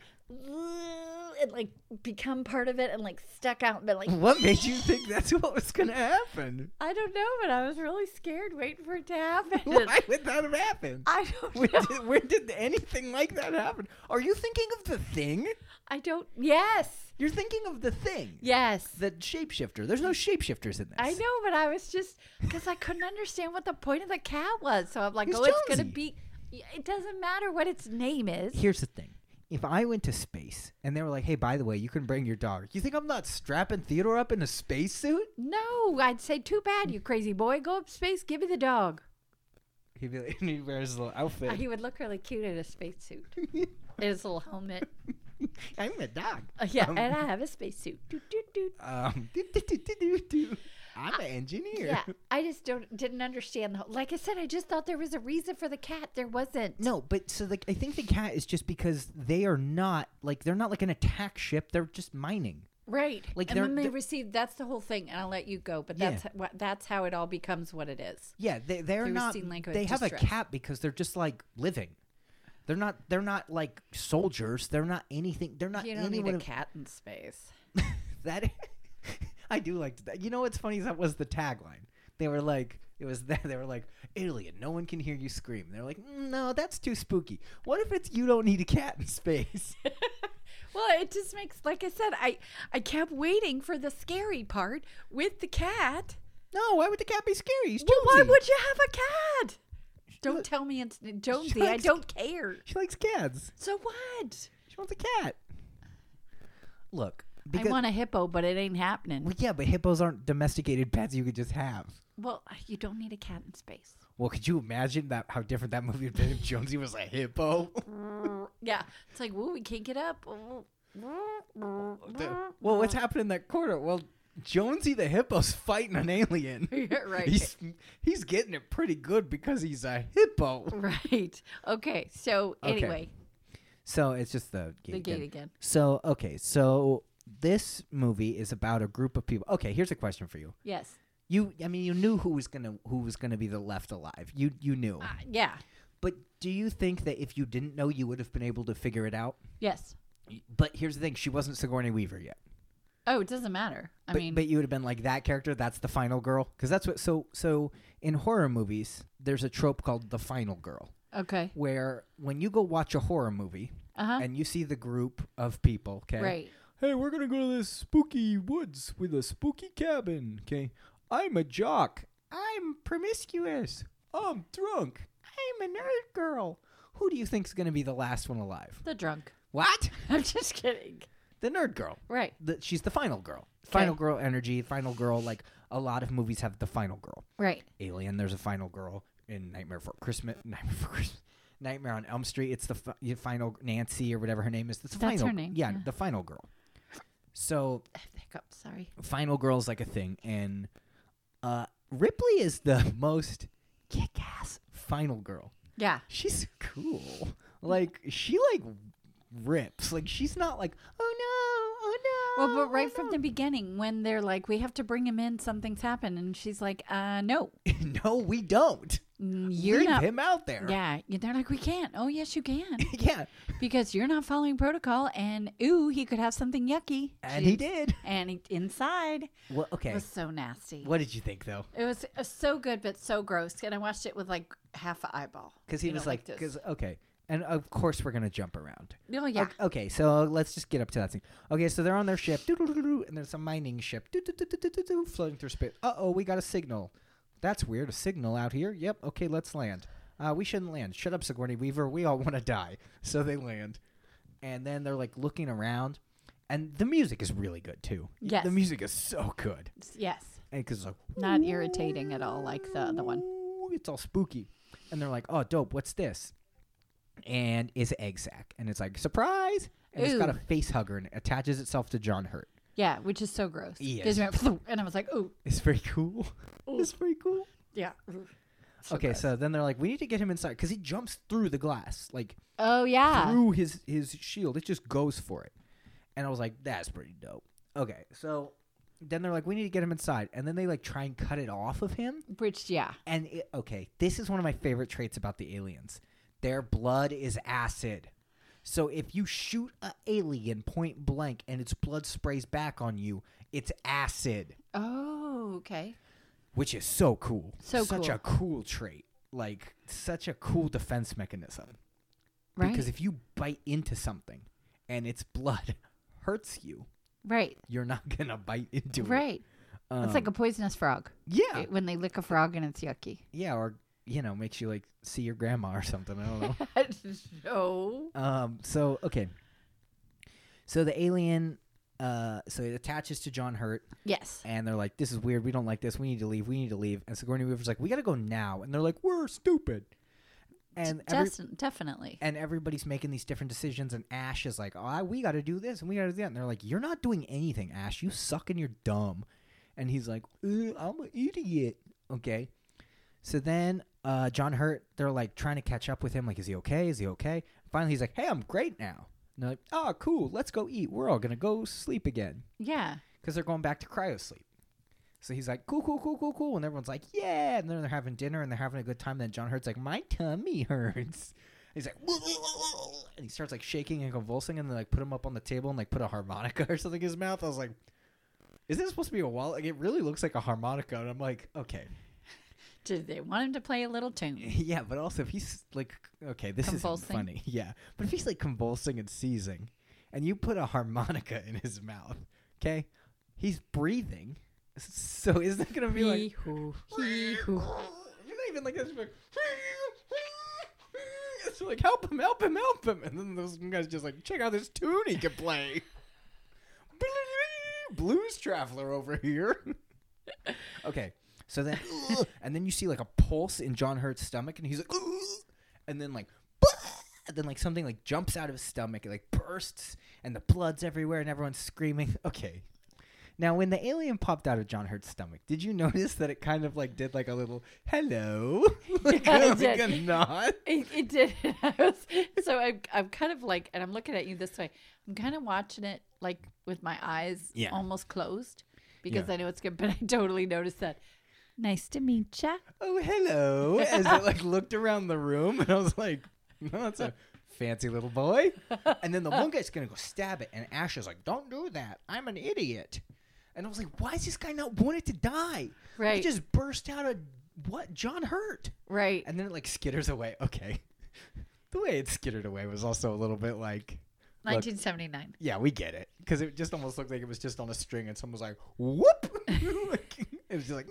it like become part of it and like stuck out, but like What made you think that's what was gonna [LAUGHS] happen? I don't know, but I was really scared waiting for it to happen. [LAUGHS] Why would that have happened? I [LAUGHS] don't Where know. did, where did anything like that happen? Are you thinking of the thing? I don't. Yes, You're thinking of the thing. yes. The shapeshifter. There's no shapeshifters in this. I know, but I was just because I couldn't understand what the point of the cat was. So I'm like, He's oh, it's gonna Jonesy. be. Yeah, It doesn't matter what its name is. Here's the thing. If I went to space and they were like, hey, by the way, you can bring your dog, you think I'm not strapping Theodore up in a spacesuit? No, I'd say too bad, you crazy boy. Go up space. Give me the dog. He'd be like, [LAUGHS] and he wears his little Uh, outfit. He would look really cute in a spacesuit. and his little helmet. [LAUGHS] I'm a dog. Uh, yeah, Um, and I have a spacesuit. Doot, doot, doot. Um, [LAUGHS] do, do, do, do, do, do. I'm an engineer. Yeah, I just don't didn't understand the whole. Like I said, I just thought there was a reason for the cat. There wasn't. [LAUGHS] No, but so like I think the cat is just because they are not like they're not like an attack ship. They're just mining. Right. Like, and they're- then they they're- received. That's the whole thing. And I'll let you go. But Yeah. that's what. That's how it all becomes what it is. Yeah, they they're They were not. seen, like, with they have a distress. cat because they're just like living. They're not. They're not like soldiers. They're not anything. They're not You don't need anyone. a of- cat in space. [LAUGHS] that I do like that. You know what's funny is that was the tagline. They were like, it was [LAUGHS] that they were like, alien. No one can hear you scream. They're like, "Mm, no, that's too spooky. What if it's you don't need a cat in space? [LAUGHS] Well, it just makes like I said, I I kept waiting for the scary part with the cat. no, why would the cat be scary? He's Well, why Jonesy. would you have a cat? Don't Look- tell me it's Jonesy. I likes- don't care. she likes cats? So what? She wants a cat. Look, because I want a hippo, but it ain't happening. well, yeah, but hippos aren't domesticated pets you could just have. well, you don't need a cat in space. Well, could you imagine that how different that movie would be if Jonesy was a hippo? yeah, it's like, woo, we can't get up. [LAUGHS] well, what's happening in that corner? Well, Jonesy the hippo's fighting an alien. right. He's he's getting it pretty good because he's a hippo. Right. Okay. So Okay. anyway, So it's just the gate. the again. gate again. So okay, so this movie is about a group of people. Okay, here's a question for you. Yes. You, I mean, you knew who was gonna who was gonna be the left alive. You you knew, Uh, yeah. but do you think that if you didn't know, you would have been able to figure it out? Yes. Y- But here's the thing: she wasn't Sigourney Weaver yet. Oh, it doesn't matter. I but, mean, but you would have been like that character. That's the final girl, because that's what. So so in horror movies, there's a trope called the final girl, okay. where when you go watch a horror movie Uh huh. and you see the group of people, okay, Right. hey, we're gonna go to this spooky woods with a spooky cabin. Okay, I'm a jock. I'm promiscuous. I'm drunk. I'm a nerd girl. Who do you think's gonna be the last one alive? The drunk. [LAUGHS] What? I'm just kidding. The nerd girl. Right. The, she's the final girl. Final Okay. girl energy. Final girl. Like a lot of movies have the final girl. Right. Alien. There's a final girl in Nightmare for Christmas. Nightmare for Christmas. Nightmare on Elm Street. It's the fi- your final Nancy or whatever her name is. It's the That's final, her name, Yeah, yeah. the final girl. So I have hiccup. Sorry. final girl's like a thing and uh ripley is the [LAUGHS] most kick-ass final girl Yeah. she's cool like she like rips like she's not like oh no oh Well, no but right oh from no." the beginning, when they're like, "We have to bring him in. Something's happened," and she's like, "Uh, no, [LAUGHS] no we don't Mm, you're leave not." him out there Yeah, Yeah, they're like, "We can't." Oh, yes, you can, [LAUGHS] [LAUGHS] yeah because you're not following protocol. And ooh, he could have something yucky. and he She- did And he, inside well okay it was so nasty. what did you think though It was uh, so good, but so gross. And I watched it with like half an eyeball. because he You was know, like this. because okay and of course we're gonna jump around oh yeah, Ok- Okay, so let's just get up to that scene. Okay, so they're on their ship, doo-doo-doo-doo, and there's a mining ship, doo-doo-doo-doo-doo-doo, floating through space. Uh oh, we got a signal. That's weird. A signal out here. Yep. Okay, let's land. Uh, we shouldn't land. Shut up, Sigourney Weaver. We all [LAUGHS] want to die. So they land, and then they're like looking around, and the music is really good too. Y- Yes. the music is so good, S- yes, and because like not irritating at all, like the other one. "Ooh," It's all spooky. And they're like, oh, dope, what's this? And it's an egg sack. And it's like, surprise! And it's got a Ooh. face hugger and it attaches itself to John Hurt. Yeah, which is so gross. Yes. Gives me a- And I was like, oh It's very cool. [LAUGHS] it's very cool. [LAUGHS] yeah. okay, gross. so then they're like, we need to get him inside because he jumps through the glass, like oh yeah, through his, his shield. It just goes for it. And I was like, that's pretty dope. Okay, so then they're like, we need to get him inside. And then they like try and cut it off of him. which yeah, And it, okay, this is one of my favorite traits about the aliens. Their blood is acid. So if you shoot a alien point blank and its blood sprays back on you, it's acid, oh okay, which is so cool. So such cool. a cool trait. Like such a cool defense mechanism. right, Because if you bite into something and its blood [LAUGHS] hurts you, right, you're not [LAUGHS] gonna bite into it. right. Right. it's like a poisonous frog yeah, It- when they lick a frog and it's [LAUGHS] yucky. yeah, or you know, makes you like see your grandma or something. I don't know. no. Um. So okay. So the alien, uh, so it attaches to John Hurt, Yes. and they're like, "This is weird. We don't like this. We need to leave. We need to leave." And Sigourney Weaver's like, "We got to go now," and they're like, "We're stupid," and every, Just, definitely. and everybody's making these different decisions. And Ash is like, "Oh, I- we got to do this, and we got to do that." And they're like, "You're not doing anything, Ash. You suck, and you're dumb." And he's like, "Uh, "I'm an idiot." Okay. So then uh, John Hurt, they're like trying to catch up with him. Like, is he okay? Is he okay? Finally, he's like, hey, I'm great now. And they're like, oh, cool. Let's go eat. We're all going to go sleep again Yeah. because they're going back to cryosleep. So he's like, cool, cool, cool, cool, cool. And everyone's like, yeah. And then they're having dinner and they're having a good time. Then John Hurt's like, my tummy [LAUGHS] hurts. He's like, and he starts like shaking and convulsing. And they like put him up on the table and like put a harmonica [LAUGHS] or something in his mouth. I was like, is this supposed to be a wallet? Like, it really looks like a harmonica. And I'm like, okay. Did they want him to play a little tune? Yeah, but also if he's like, okay, this is Convulsing. funny. [LAUGHS] Yeah, but if he's like convulsing and seizing, and you put a harmonica in his mouth, okay, he's breathing. [LAUGHS] So is that gonna be like? Hee-hoo, [LAUGHS] You're hee-hoo. not even like this. you're Like, [LAUGHS] it's like help him, help him, help him, and then those guys just like check out this tune he can play. [LAUGHS] Blues traveler over here. [LAUGHS] okay, So [LAUGHS] then, [LAUGHS] and then you see like a pulse in John Hurt's stomach, and he's like, [LAUGHS] and then like, [LAUGHS] and then like something like jumps out of his stomach, it like bursts, and the blood's everywhere, and everyone's screaming. [LAUGHS] Okay. Now, when the alien popped out of John Hurt's stomach, did you [LAUGHS] notice that it kind of like did like a little hello, [LAUGHS] like, Yeah, it like a did. nod? It, it did. [LAUGHS] I was- so I'm, I'm kind of like, and I'm looking at you this way. I'm kind of watching it like with my eyes Yeah. almost closed because Yeah. I know it's good, but I totally noticed that. Nice to meet ya. oh hello as it like looked around the room and i was like no that's a fancy little boy and then the one guy's gonna go stab it and ash is like don't do that i'm an idiot and i was like why is this guy not wanted to die he Right. just burst out of what john hurt Right. and then it like skitters away okay [LAUGHS] the way it skittered away was also a little bit like 1979. yeah we get it because it just almost looked like it was just on a string and someone was like whoop [LAUGHS] Like, it was just like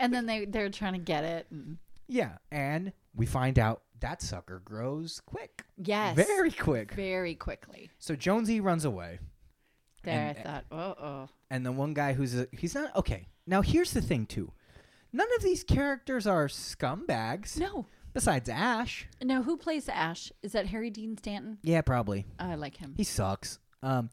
And then they, they're trying to get it. and- Yeah, and we find out that sucker grows quick, Yes. very quick. very quickly. So Jonesy runs away, There, And- I thought, oh, oh. and the one guy who's a, he's not okay. Now here's the thing too, none of these characters are scumbags. No. Besides Ash, No, who plays Ash? Is that Harry Dean Stanton? yeah, probably Oh, I like him. he sucks. Um,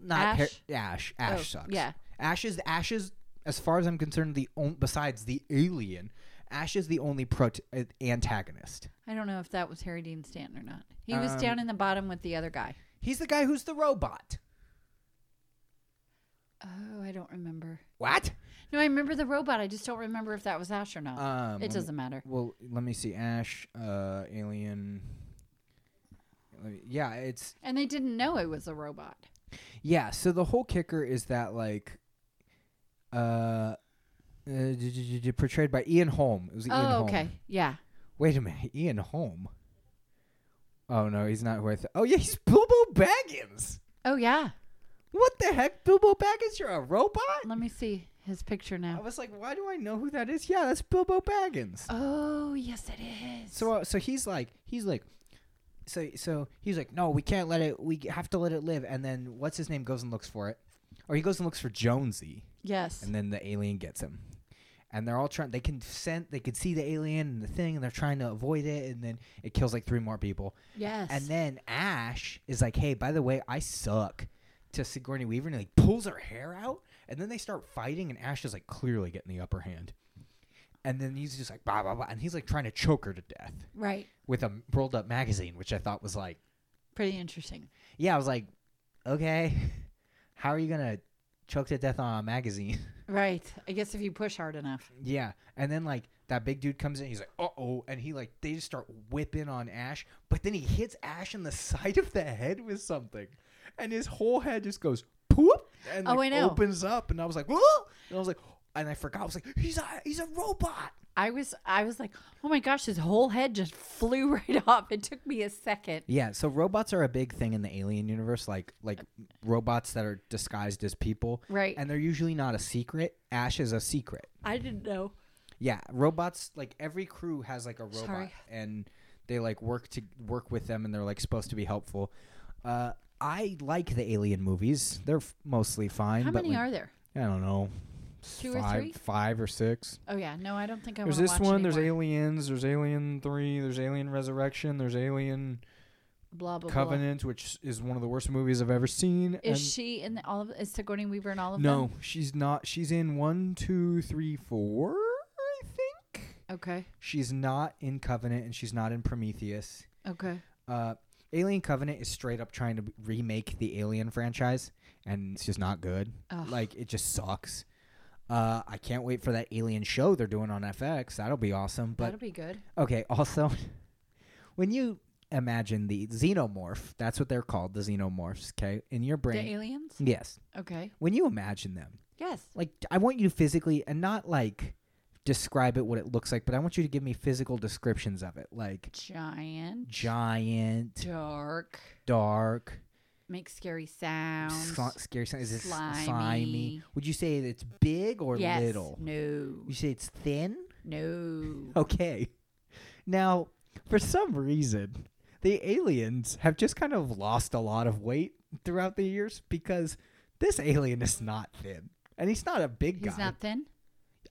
not Ash? Har- Ash. Ash Oh, sucks. yeah. Ash is Ash is as far as I'm concerned the on- besides the alien, Ash is the only prot- uh, antagonist. I don't know if that was Harry Dean Stanton or not. He was Um, down in the bottom with the other guy. He's the guy who's the robot. Oh, I don't remember. What? No, I remember the robot. I just don't remember if that was Ash or not. Um, it doesn't matter. Well, let me see. Ash, uh, Alien. Let me- Yeah, it's And they didn't know it was a robot. yeah. So the whole kicker is that like, uh, uh d- d- d- portrayed by Ian Holm. It was Ian oh, Holm. okay. Yeah. Wait a minute, [LAUGHS] Ian Holm. Oh no, he's not who I thought. Oh yeah, he's Bilbo Baggins. Oh, yeah. What the heck, Bilbo Baggins? You're a robot. Let me see his picture I now. was like, why do I know who that is? Yeah, that's Bilbo Baggins. Oh, yes, it is. So uh, so he's like he's like so so he's like no we can't let it we have to let it live and then what's his name goes and looks for it or he goes and looks for Jonesy yes. and then the alien gets him and they're all trying they can send they can see the alien and the thing and they're trying to avoid it and then it kills like three more people yes. and then Ash is like hey by the way I suck to Sigourney Weaver and he like pulls her hair out and then they start fighting and Ash is like clearly getting the upper hand and then he's just like blah blah blah and he's like trying to choke her to death right. with a rolled up magazine, which I thought was like, Pretty interesting. yeah, I was like, okay, [LAUGHS] how are you gonna choke to death on a magazine? [LAUGHS] Right. I guess if you push hard enough. yeah, and then like that big dude comes in, he's like, uh oh, and he like they just start whipping on Ash, but then he hits Ash in the [LAUGHS] side of the head with something, and his whole head just goes poop and Oh, like, I know. opens up, and I was like, whoa, and I was like, and I forgot, I was like, he's a he's a robot. I was I was like, oh my gosh, his whole head just flew [LAUGHS] right off. It took me a second. Yeah, so robots are a big thing in the alien universe, like like robots that are disguised as people. Right. And they're usually not a secret. Ash is a secret. I didn't know. Yeah, robots like every crew has like a robot Sorry. and they like work to work with them and they're like supposed to be helpful. Uh I like the alien movies. They're f- mostly fine. How but many are there? are? I don't know. Two or five, three? Five or six. Oh yeah, no, I don't think I there's wanna this watch one. There's anymore. Aliens. There's Alien Three. There's Alien Resurrection. There's Alien blah blah blah. Covenant, which is one of the worst movies I've ever seen. Is she in all of? Is Sigourney Weaver in all of no, them? she's not. She's in one, two, three, four. I think No. Okay. she's not in Covenant, and she's not in Prometheus. Okay. Uh, Alien Covenant is straight up trying to remake the Alien franchise, and it's just not good. Ugh. Like it just sucks. Uh, I can't wait for that Alien show they're doing on FX. That'll be awesome. But That'll be good. Okay, also, [LAUGHS] when you imagine the xenomorph, that's what they're called, the xenomorphs, okay? In your The brain. aliens. Yes. Okay. When you imagine them, Yes. like, I want you to physically, and not like describe it what it looks like, but I want you to give me physical descriptions of it. Like, Giant. giant, Dark. dark, Makes scary sounds. sli- scary sound. Is it slimy. slimy? Slimy. Would you say it's big or yes. little? No. You Oh, say it's thin? [LAUGHS] No. Okay. Now, for some reason, the aliens have just kind of lost a lot of weight throughout the years because this alien is not thin. And he's not a big He's guy. not thin.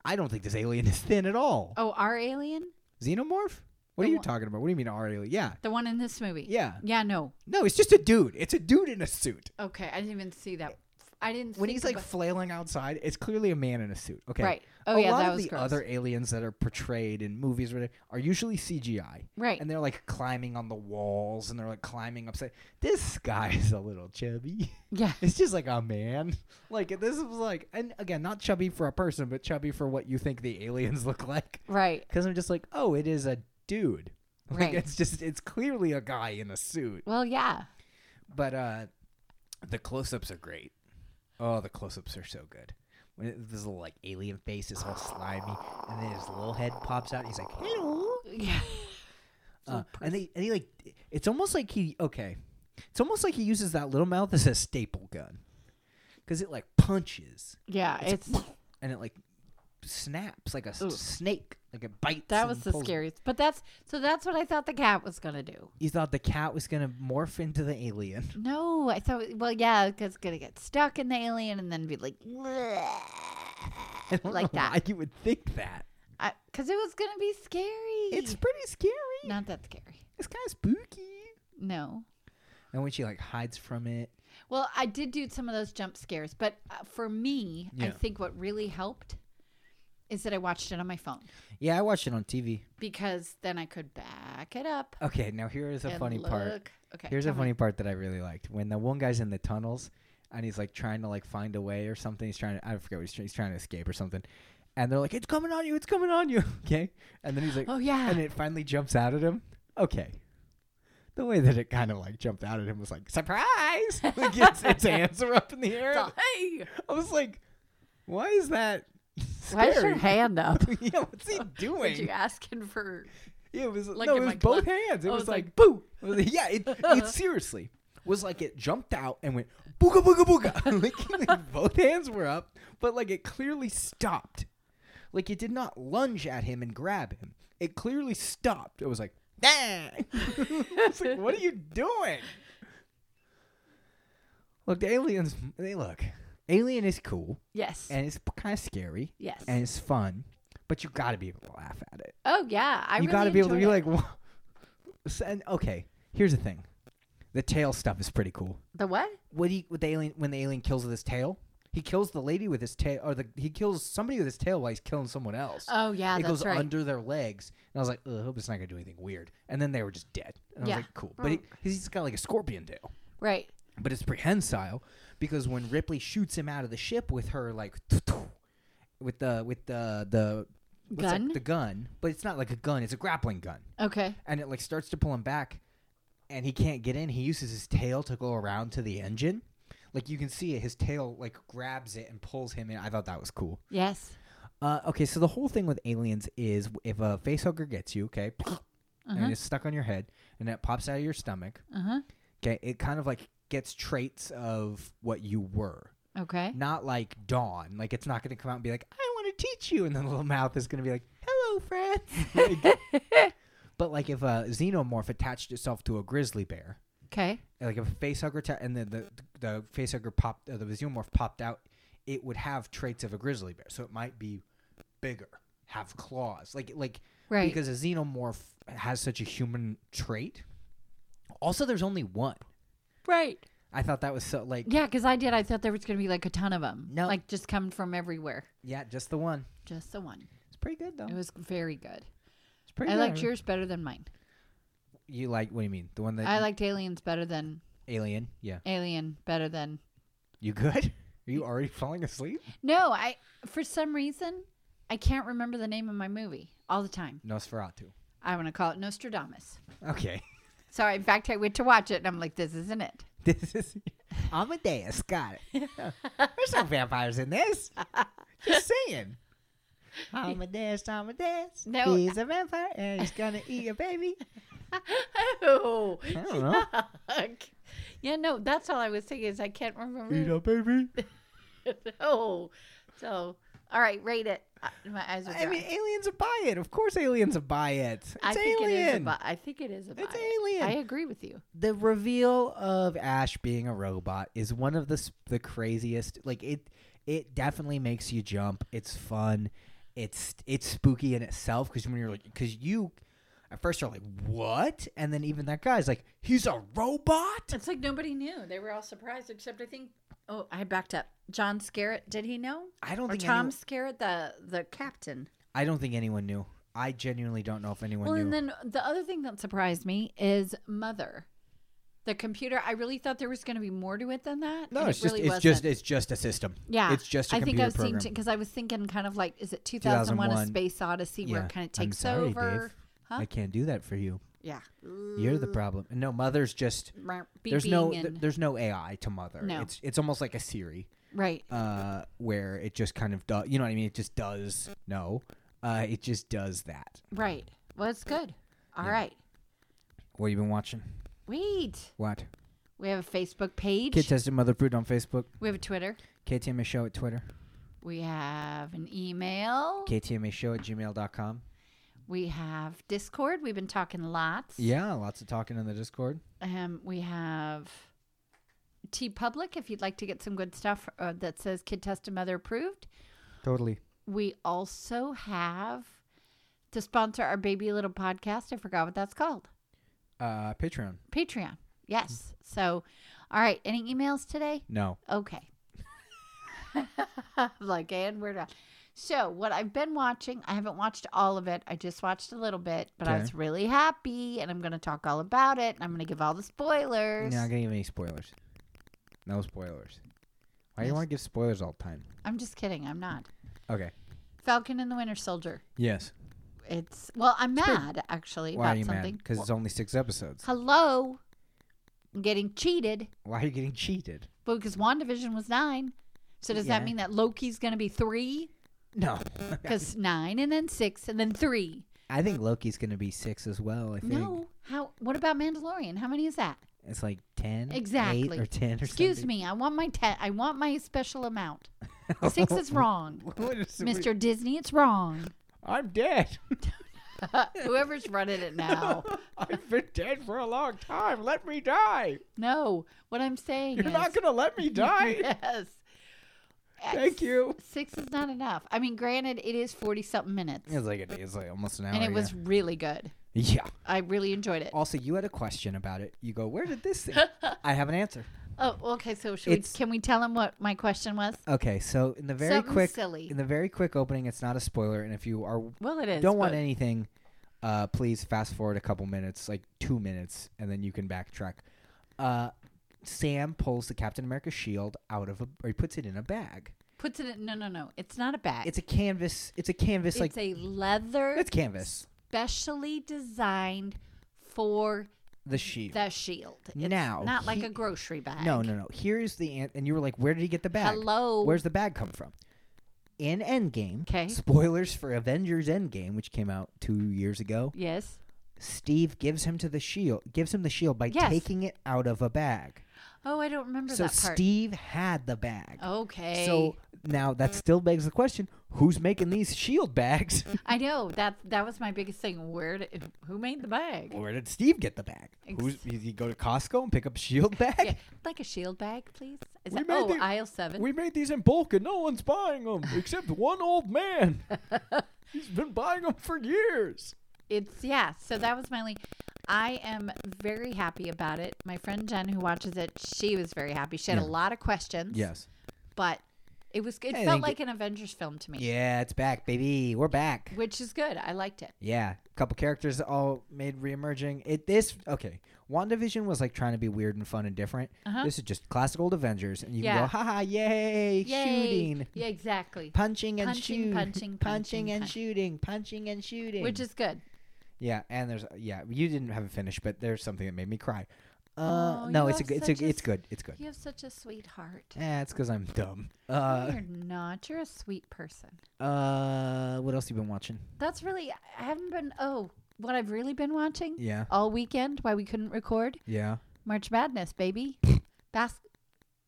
I don't think this alien is thin at all. Oh, our alien? Xenomorph? What The are you one- talking about? What do you mean our alien? Yeah. The one in this movie. Yeah. Yeah, no. No, it's just a dude. It's a dude in a suit. Okay. I didn't even see that. I didn't When think he's like about- flailing outside, it's clearly a man in a suit. Okay. Right. Oh a yeah, lot that of was the gross. other aliens that are portrayed in movies or whatever are usually CGI, right. and they're like climbing on the walls and they're like climbing upside. This guy is a little chubby. [LAUGHS] yeah. It's just like a man. Like this is like, and again, not chubby for a person, but chubby for what you think the aliens [LAUGHS] look like. Right. Because I'm just like, oh, it is a dude. [LAUGHS] Like Right. it's just it's clearly a guy in a suit. Well, yeah. [LAUGHS] But uh the close-ups are great. Oh, the close-ups are so good. When it, this little like alien face is all slimy, and then his little head pops out. And he's like, "Hello," Yeah. uh, and they and he like, it's almost like he okay, it's almost like he uses that little mouth as a staple gun, because it like punches Yeah, It's- it's, and it like snaps like a s- Ooh. snake, like it bites. that and was the pulls. scariest. But that's so that's what I thought the cat was gonna do. You thought the cat was gonna morph into the alien. [LAUGHS] No, I thought well, yeah, 'cause it's gonna get stuck in the alien and then be like, I don't like know why that, you would think that. because it was gonna be scary. [LAUGHS] It's pretty scary. not that scary. It's kind of spooky. No. And when she like hides from it, Well, I did do some of those jump scares, but uh, for me, I Yeah. think what really helped is that I watched it on my phone yeah, I watched it on TV. because then I could back it up. Okay, now here is a and funny part. look. Okay. Here's a tell me. funny part that I really liked. When the one guy's in the tunnels and he's like trying to like find a way or something, he's trying to I forget what he's, trying, he's trying to escape or something, and they're like, "It's coming on you! It's coming on you!" [LAUGHS] Okay, and then he's like, Oh yeah. and it finally jumps out at him. Okay. The way that it kind of like jumped out at him was like surprise. [LAUGHS] like its, its hands are up in the air. [LAUGHS] It's all, hey, I was like, why is that? why is your scary? hand up? [LAUGHS] yeah, what's he Did doing? you ask him for? Yeah, it was Like no, in it was my both glove. hands. It Oh, was it's like, like, [LAUGHS] boo. yeah, it, it seriously was like it jumped out and went booga booga booga. [LAUGHS] like, like, both hands were up, but like it clearly stopped. Like it did not lunge at him and grab him. It clearly stopped. It was like, dang. [LAUGHS] [LAUGHS] it's like, what are you doing? Look, the aliens. They look. Alien is cool Yes. and it's kind of scary yes. and it's fun, but you got to be able to laugh at it oh yeah. I you really got to be able to enjoyed be it. like, "Wha- S- and okay, here's the thing, the tail stuff is pretty cool. the what? What he with the alien when the alien kills with his tail, he kills the lady with his tail, or the he kills somebody with his tail while he's killing someone else. Oh yeah, it that's goes right. under their legs, and I was like, "Ugh, I hope it's not gonna do anything weird. And then they were just dead. And Yeah. Mm. I was like, cool, but he, he's got like a scorpion tail, right. but it's prehensile because when Ripley shoots him out of the ship with her like. With the with the the what's that- Gun? the gun, but it's not like a gun; it's a grappling gun Okay. and it like starts to pull him back and he can't get in he uses his tail to go around to the engine like you can see it his tail like grabs it and pulls him in i thought that was cool Yes. uh, okay so the whole thing with aliens is if a facehugger gets you okay [CLEARS THROAT] Uh-huh. and it's stuck on your head and it pops out of your stomach Uh huh. okay it kind of like gets traits of what you were Okay. not like dawn like it's not going to come out and be like i want to teach you and the little mouth is going to be like hello friends [LAUGHS] Like, [LAUGHS] but like if a xenomorph attached itself to a grizzly bear okay. like if a facehugger ta- and then the the facehugger popped uh, the xenomorph popped out it would have traits of a grizzly bear so it might be bigger have claws like like Right. because a xenomorph has such a human trait also there's only one right. i thought that was so like yeah, Yeah, because I did. I thought there was going to be like a ton of them. No. Like just coming from everywhere. just the one Just the one. it's pretty good though It was very good. it's pretty I good. liked yours better than mine. you like what do you mean the one that I liked aliens better than alien yeah alien better than. you good [LAUGHS] are you already falling asleep No, I for some reason I can't remember the name of my movie all the time. nosferatu I want to call it Nostradamus. okay [LAUGHS] So in fact, I went to watch it and I'm like, this isn't it. This is Amadeus. Got [LAUGHS] it. There's no vampires in this. Just saying. Amadeus, Amadeus. No. He's a vampire and he's gonna eat your [LAUGHS] baby. Oh, I don't know. yeah, no, that's all I was thinking is I can't remember. a baby. [LAUGHS] no. So, all right, rate it. Uh, My eyes are dry. I mean, aliens will buy it. Of course, aliens will buy it. It's I think it is a alien. bi- I think it is a It's bias. alien. I agree with you. the reveal of Ash being a robot is one of the s- the craziest. Like it, it definitely makes you jump. It's fun, it's it's spooky in itself because when you're like because you at first are like what and then even that guy's like he's a robot It's like nobody knew. They were all surprised, except I think. Oh, I backed up. John Scarrett, did he know? I don't Or think Tom any- Scarrett, the the captain. I don't think anyone knew I genuinely don't know if anyone Well, knew and then the other thing that surprised me is Mother, the computer. I really thought there was going to be more to it than that. no and it's it just really it's wasn't. just it's just a system yeah, it's just a I think computer I've seen program because I was thinking kind of like, is it 2001: A 2001. Space Odyssey, where Yeah. it kind of I'm takes sorry, over? Dave. Huh? Mm. I can't do that for you Yeah, Mm, you're the problem no mother's just there's no th- and, there's no AI to mother No. it's it's almost like a Siri right. uh, where it just kind of does you know what I mean it just does no uh, it just does that Right. Well, it's good. All Yeah. right. what you been watching Wait. what We have a Facebook page. Kid Tested Mother Prude on Facebook. we have a Twitter. KTMA Show at Twitter. We have an email. KTMA Show at gmail.com. We have Discord. We've been talking lots. Yeah, lots of talking in the Discord. Um, we have T Public if you'd like to get some good stuff uh, that says Kid Tested Mother Approved. Totally. We also have to sponsor our baby little podcast. I forgot what that's called. Uh, Patreon. Patreon. Yes. So, all right. Any emails today? No. Okay. [LAUGHS] like, and we're done. So, what I've been watching, I haven't watched all of it. I just watched a little bit, but I Okay. was really happy, and I'm going to talk all about it, and I'm going to give all the spoilers. Not gonna give any spoilers. No spoilers. Why do you Yes. want to give spoilers all the time? I'm just kidding. I'm not. Okay. Falcon and the Winter Soldier. Yes. It's, well, I'm mad, actually, Why are about you mad? something. Because it's only six episodes. Hello. I'm getting cheated Why are you getting cheated? because WandaVision was nine. So, does that Yeah. mean that Loki's going to be three? [LAUGHS] No. [LAUGHS] Because nine, and then six, and then three. I think Loki's gonna be six as well. I think No. How? What about Mandalorian? How many is that? it's like ten, eight Exactly. or ten or Excuse me. I want my te- I want my [LAUGHS] special amount. Six is wrong, What is- Mister Disney. It's wrong. I'm dead. [LAUGHS] [LAUGHS] Whoever's running it now. I've been dead for a long time. Let me die. [LAUGHS] No. What I'm saying is gonna let [LAUGHS] me yes. Thank you. Six is not enough. I mean, granted, it is forty something minutes, It's like a, it's like almost an hour. and it Oh, yeah. Oh. was really good. yeah. I really enjoyed it. Also, you had a question about it. You go, where did [LAUGHS] this? Thing? I have an answer. Oh, okay. So should we, It's- can we tell him what my question was? Okay, so in the very Something quick, silly. in the very quick opening, it's not a spoiler, and if you are Well, it is. don't want but- anything, uh, please fast forward a couple minutes, like two minutes, and then you can backtrack. Uh, Sam pulls the Captain America shield out of a, or he puts it in a bag. Puts it. in No, no, no. It's not a bag. It's a canvas. It's a canvas. It's like a leather it's canvas. specially designed for The shield. the shield. It's Now, not like he- a grocery bag. No, no, no. Here's the an- and you were like, where did he get the bag? Hello. Where's the bag come from? In Endgame, 'Kay. spoilers for Avengers Endgame, which came out two years ago. Yes. Steve gives him to the shield, gives him the shield by Yes. taking it out of a bag. Oh, I don't remember So that part. Steve had the bag. okay. So now that still begs the question: Who's making these shield bags? [LAUGHS] I know that that was my biggest thing. Where did, who made the bag? Where did Steve get the bag? Ex- Who's did he go to Costco and pick up a shield bag? Yeah, like a shield bag, please. Is We that, made oh, the- aisle [LAUGHS] seven. We made these in bulk and no one's buying [LAUGHS] them except one old man. He's been buying them for years. it's yeah. So that was my only. I am very happy about it. My friend Jen, who watches it, she was very happy. She had a Yeah. lot of questions. Yes. but it was. It I felt think like an Avengers film to me. Yeah, it's back, baby. We're back. which is good. I liked it. Yeah, a couple characters all made reemerging. It this okay. WandaVision was like trying to be weird and fun and different. Uh-huh. This is just classic old Avengers, and you can Yeah. go, haha, yay, shooting, Yeah, exactly. punching and Punching, shooting, punching, punching, and punch- shooting, punching and shooting. Which is good. yeah, and there's yeah, you didn't have it finished, but there's something that made me cry. Uh, Oh, no, you it's a have good, it's a, such a it's s- good, it's good. You have such a sweetheart. Yeah, it's because I'm [LAUGHS] dumb. Uh, You're not. You're a sweet person. uh, what else you been watching? That's really. I haven't been. Oh, what I've really been watching Yeah, all weekend. Why we couldn't record yeah. March Madness, [LAUGHS] baby. Bas.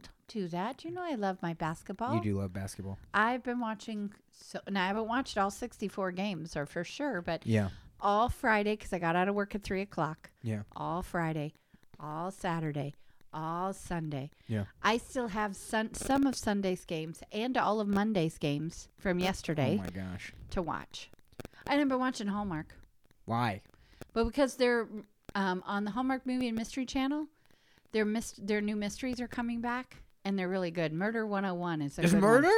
Don't do that. You know I love my basketball. You do love basketball. I've been watching. So now I haven't watched all 64 games, or for sure, but Yeah, all Friday because I got out of work at three o'clock. yeah. all Friday, all Saturday, all Sunday. Yeah. I still have sun- some of Sunday's games and all of Monday's games from yesterday Oh my gosh. to watch. I have been watching Hallmark, Why? but because they're um, on the Hallmark Movie and Mystery Channel, their mis- their new mysteries are coming back and they're really good. Murder 101 is a There's good one. murder?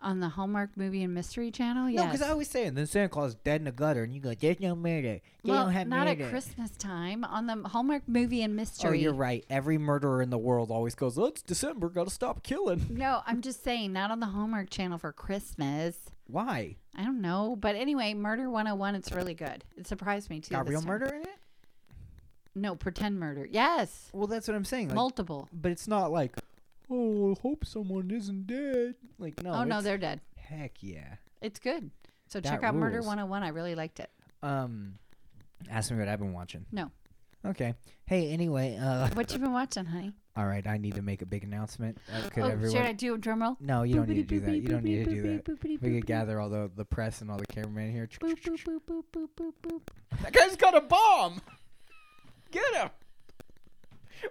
on the Hallmark Movie and Mystery Channel. No, Yes. because I always say, and then Santa Claus is dead in the gutter, and you go, there's no murder. They well, don't have not murder. at Christmas time on the Hallmark Movie and Oh, Mystery. you're right. Every murderer in the world always goes, oh, it's December, gotta stop killing. [LAUGHS] No, I'm just saying, not on the Hallmark Channel for Christmas. Why? I don't know, but anyway, Murder 101, it's really good. It surprised me too. Got this real time. murder in it? No, pretend murder. Yes, Well, that's what I'm saying. Like, multiple. but it's not like, oh, I hope someone isn't dead. Like, no. oh no, it's- they're dead. Heck yeah. It's good. So That check out Murder rules. 101. I really liked it. Um, ask me what I've been watching. No. Okay. Hey, anyway, uh, [LAUGHS] What you been watching, honey? all right, I need to make a big announcement. Uh, could oh, everyone? should I do a drum roll? [LAUGHS] No, you don't need to do that. You don't need to do that. We could that. gather all the, the press and all the cameramen here. Boop boop boop boop boop boop boop. That guy's got a bomb! Get him!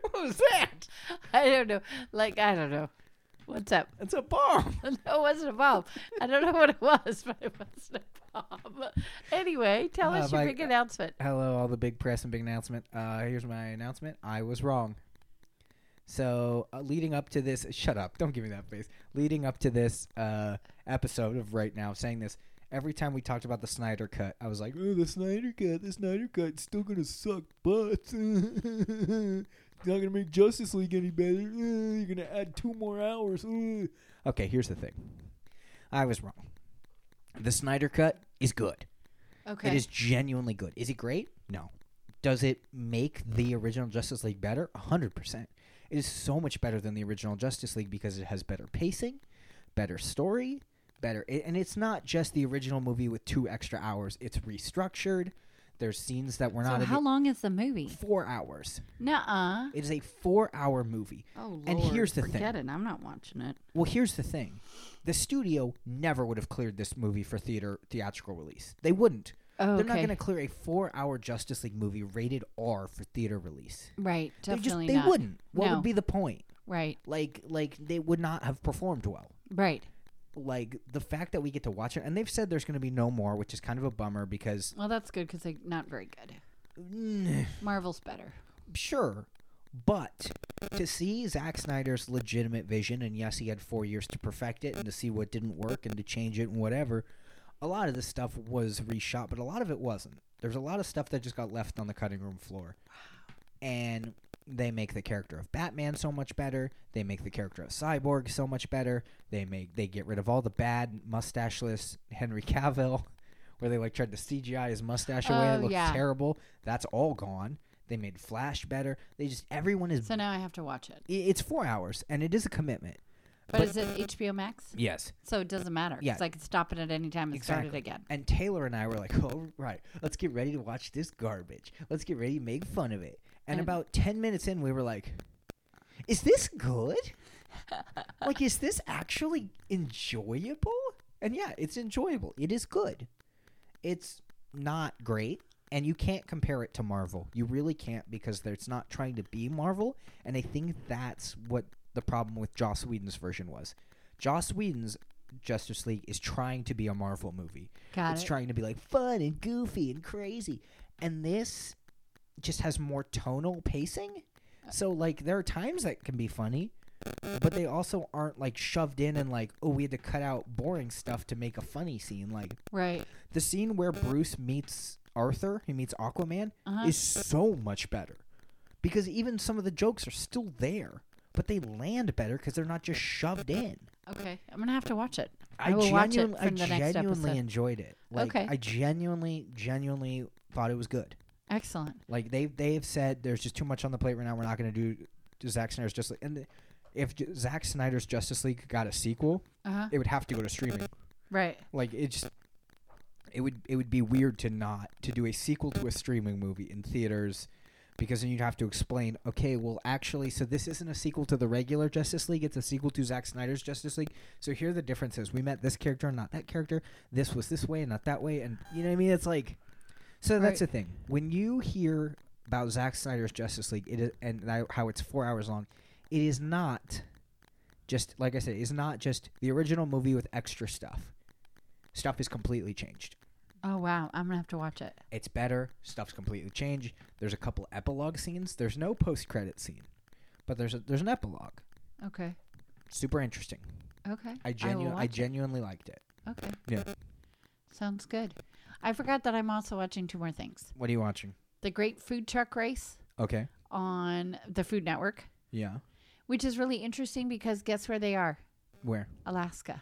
What was that? I don't know. Like I don't know. What's up? It's a bomb! No, [LAUGHS] it wasn't a bomb. I don't know what it was, [LAUGHS] but it wasn't a bomb. Anyway, tell Uh, us your like- big announcement. Hello, all the big press and big announcement. Uh, here's my announcement. I was wrong. So, uh, leading up to this, shut up! Don't give me that face. Leading up to this uh, episode of right now, saying this every time we talked about the Snyder Cut, I was like, "Oh, the Snyder Cut, the Snyder Cut, it's still gonna suck, but [LAUGHS] it's not gonna make Justice League any better. [LAUGHS] Uh, You're gonna add two more hours." [LAUGHS] Uh." Okay, here's the thing. I was wrong. The Snyder Cut is good. Okay. It is genuinely good. Is it great? No. Does it make the original Justice League better? 100%. It is so much better than the original Justice League because it has better pacing, better story, better. i- and it's not just the original movie with two extra hours, it's restructured. There's scenes that were not so in how the- long is the movie? four hours. Nuh-uh. It is a four hour movie. Oh, Lord. And here's the thing. Forget it. I'm not watching it. Well, here's the thing the studio never would have cleared this movie for theater theatrical release. They wouldn't. Oh, They're not going to clear a four-hour Justice League movie rated R for theater release. Right. Definitely they just, not. They wouldn't. What No. would be the point? Right. Like, like they would not have performed well. Right. Like the fact that we get to watch it, and they've said there's going to be no more, which is kind of a bummer because, Well, that's good because they're not very good. mm, Marvel's better. sure, but to see Zack Snyder's legitimate vision, and yes, he had four years to perfect it, and to see what didn't work, and to change it, and whatever. A lot of this stuff was reshot, but a lot of it wasn't. There's a lot of stuff that just got left on the cutting room floor. and they make the character of Batman so much better. They make the character of Cyborg so much better. They make they get rid of all the bad mustacheless Henry [LAUGHS] Cavill, where they like tried to CGI his mustache away. Oh, it looks yeah. terrible. That's all gone. They made Flash better. They just everyone is. So now I have to watch it. i- it's four hours and it is a commitment. But, But- is it HBO Max? Yes, So it doesn't matter. 'cause Yeah. I can stop it at any time and start it Exactly. again. And Taylor and I were like, [LAUGHS] "Oh right, let's get ready to watch this garbage. Let's get ready to make fun of it." And And- about ten minutes in, we were like, "Is this good? like, is this actually enjoyable?" And yeah, it's enjoyable. It is good. It's not great, and you can't compare it to Marvel. You really can't because they're- it's not trying to be Marvel. And I think that's what the problem with Joss Whedon's version was. Joss Whedon's Justice League is trying to be a Marvel movie. Got it's it. trying to be like fun and goofy and crazy. And this just has more tonal pacing. So like there are times that can be funny, but they also aren't like shoved in and like, oh, we had to cut out boring stuff to make a funny scene. Like right. the scene where Bruce meets Arthur, he meets Aquaman, Uh-huh. is so much better. Because even some of the jokes are still there, but they land better because they're not just shoved in. Okay. I'm going to have to watch it. I, I will watch it genuinely, from the I next genuinely episode. enjoyed it. Like, Okay. I genuinely, genuinely thought it was good. Excellent. Like they they've said there's just too much on the plate right now. We're not going to do Zack Snyder's Justice League. And if J- Zack Snyder's Justice League got a sequel, Uh huh. it would have to go to streaming. Right. Like it just it would it would be weird to not to do a sequel to a streaming movie in theaters because then you'd have to explain, okay, well actually so this isn't a sequel to the regular Justice League, it's a sequel to Zack Snyder's Justice League. So here are the differences. We met this character and not that character. This was this way and not that way and you know what I mean? It's like so that's Right. the thing. When you hear about Zack Snyder's Justice League, it is, and I, how it's four hours long. It is not just like I said. It's not just the original movie with extra stuff. Stuff is completely changed. Oh wow, I'm gonna have to watch it. It's better. Stuff's completely changed. There's a couple epilogue scenes. There's no post credit scene, but there's a, there's an epilogue. Okay. Super interesting. Okay. I will genu- I, watch it. genuinely liked it. Okay. Yeah. Sounds good. I forgot that I'm also watching two more things. What are you watching? The Great Food Truck Race Okay. on the Food Network, Yeah. which is really interesting because guess where they are? Where? Alaska.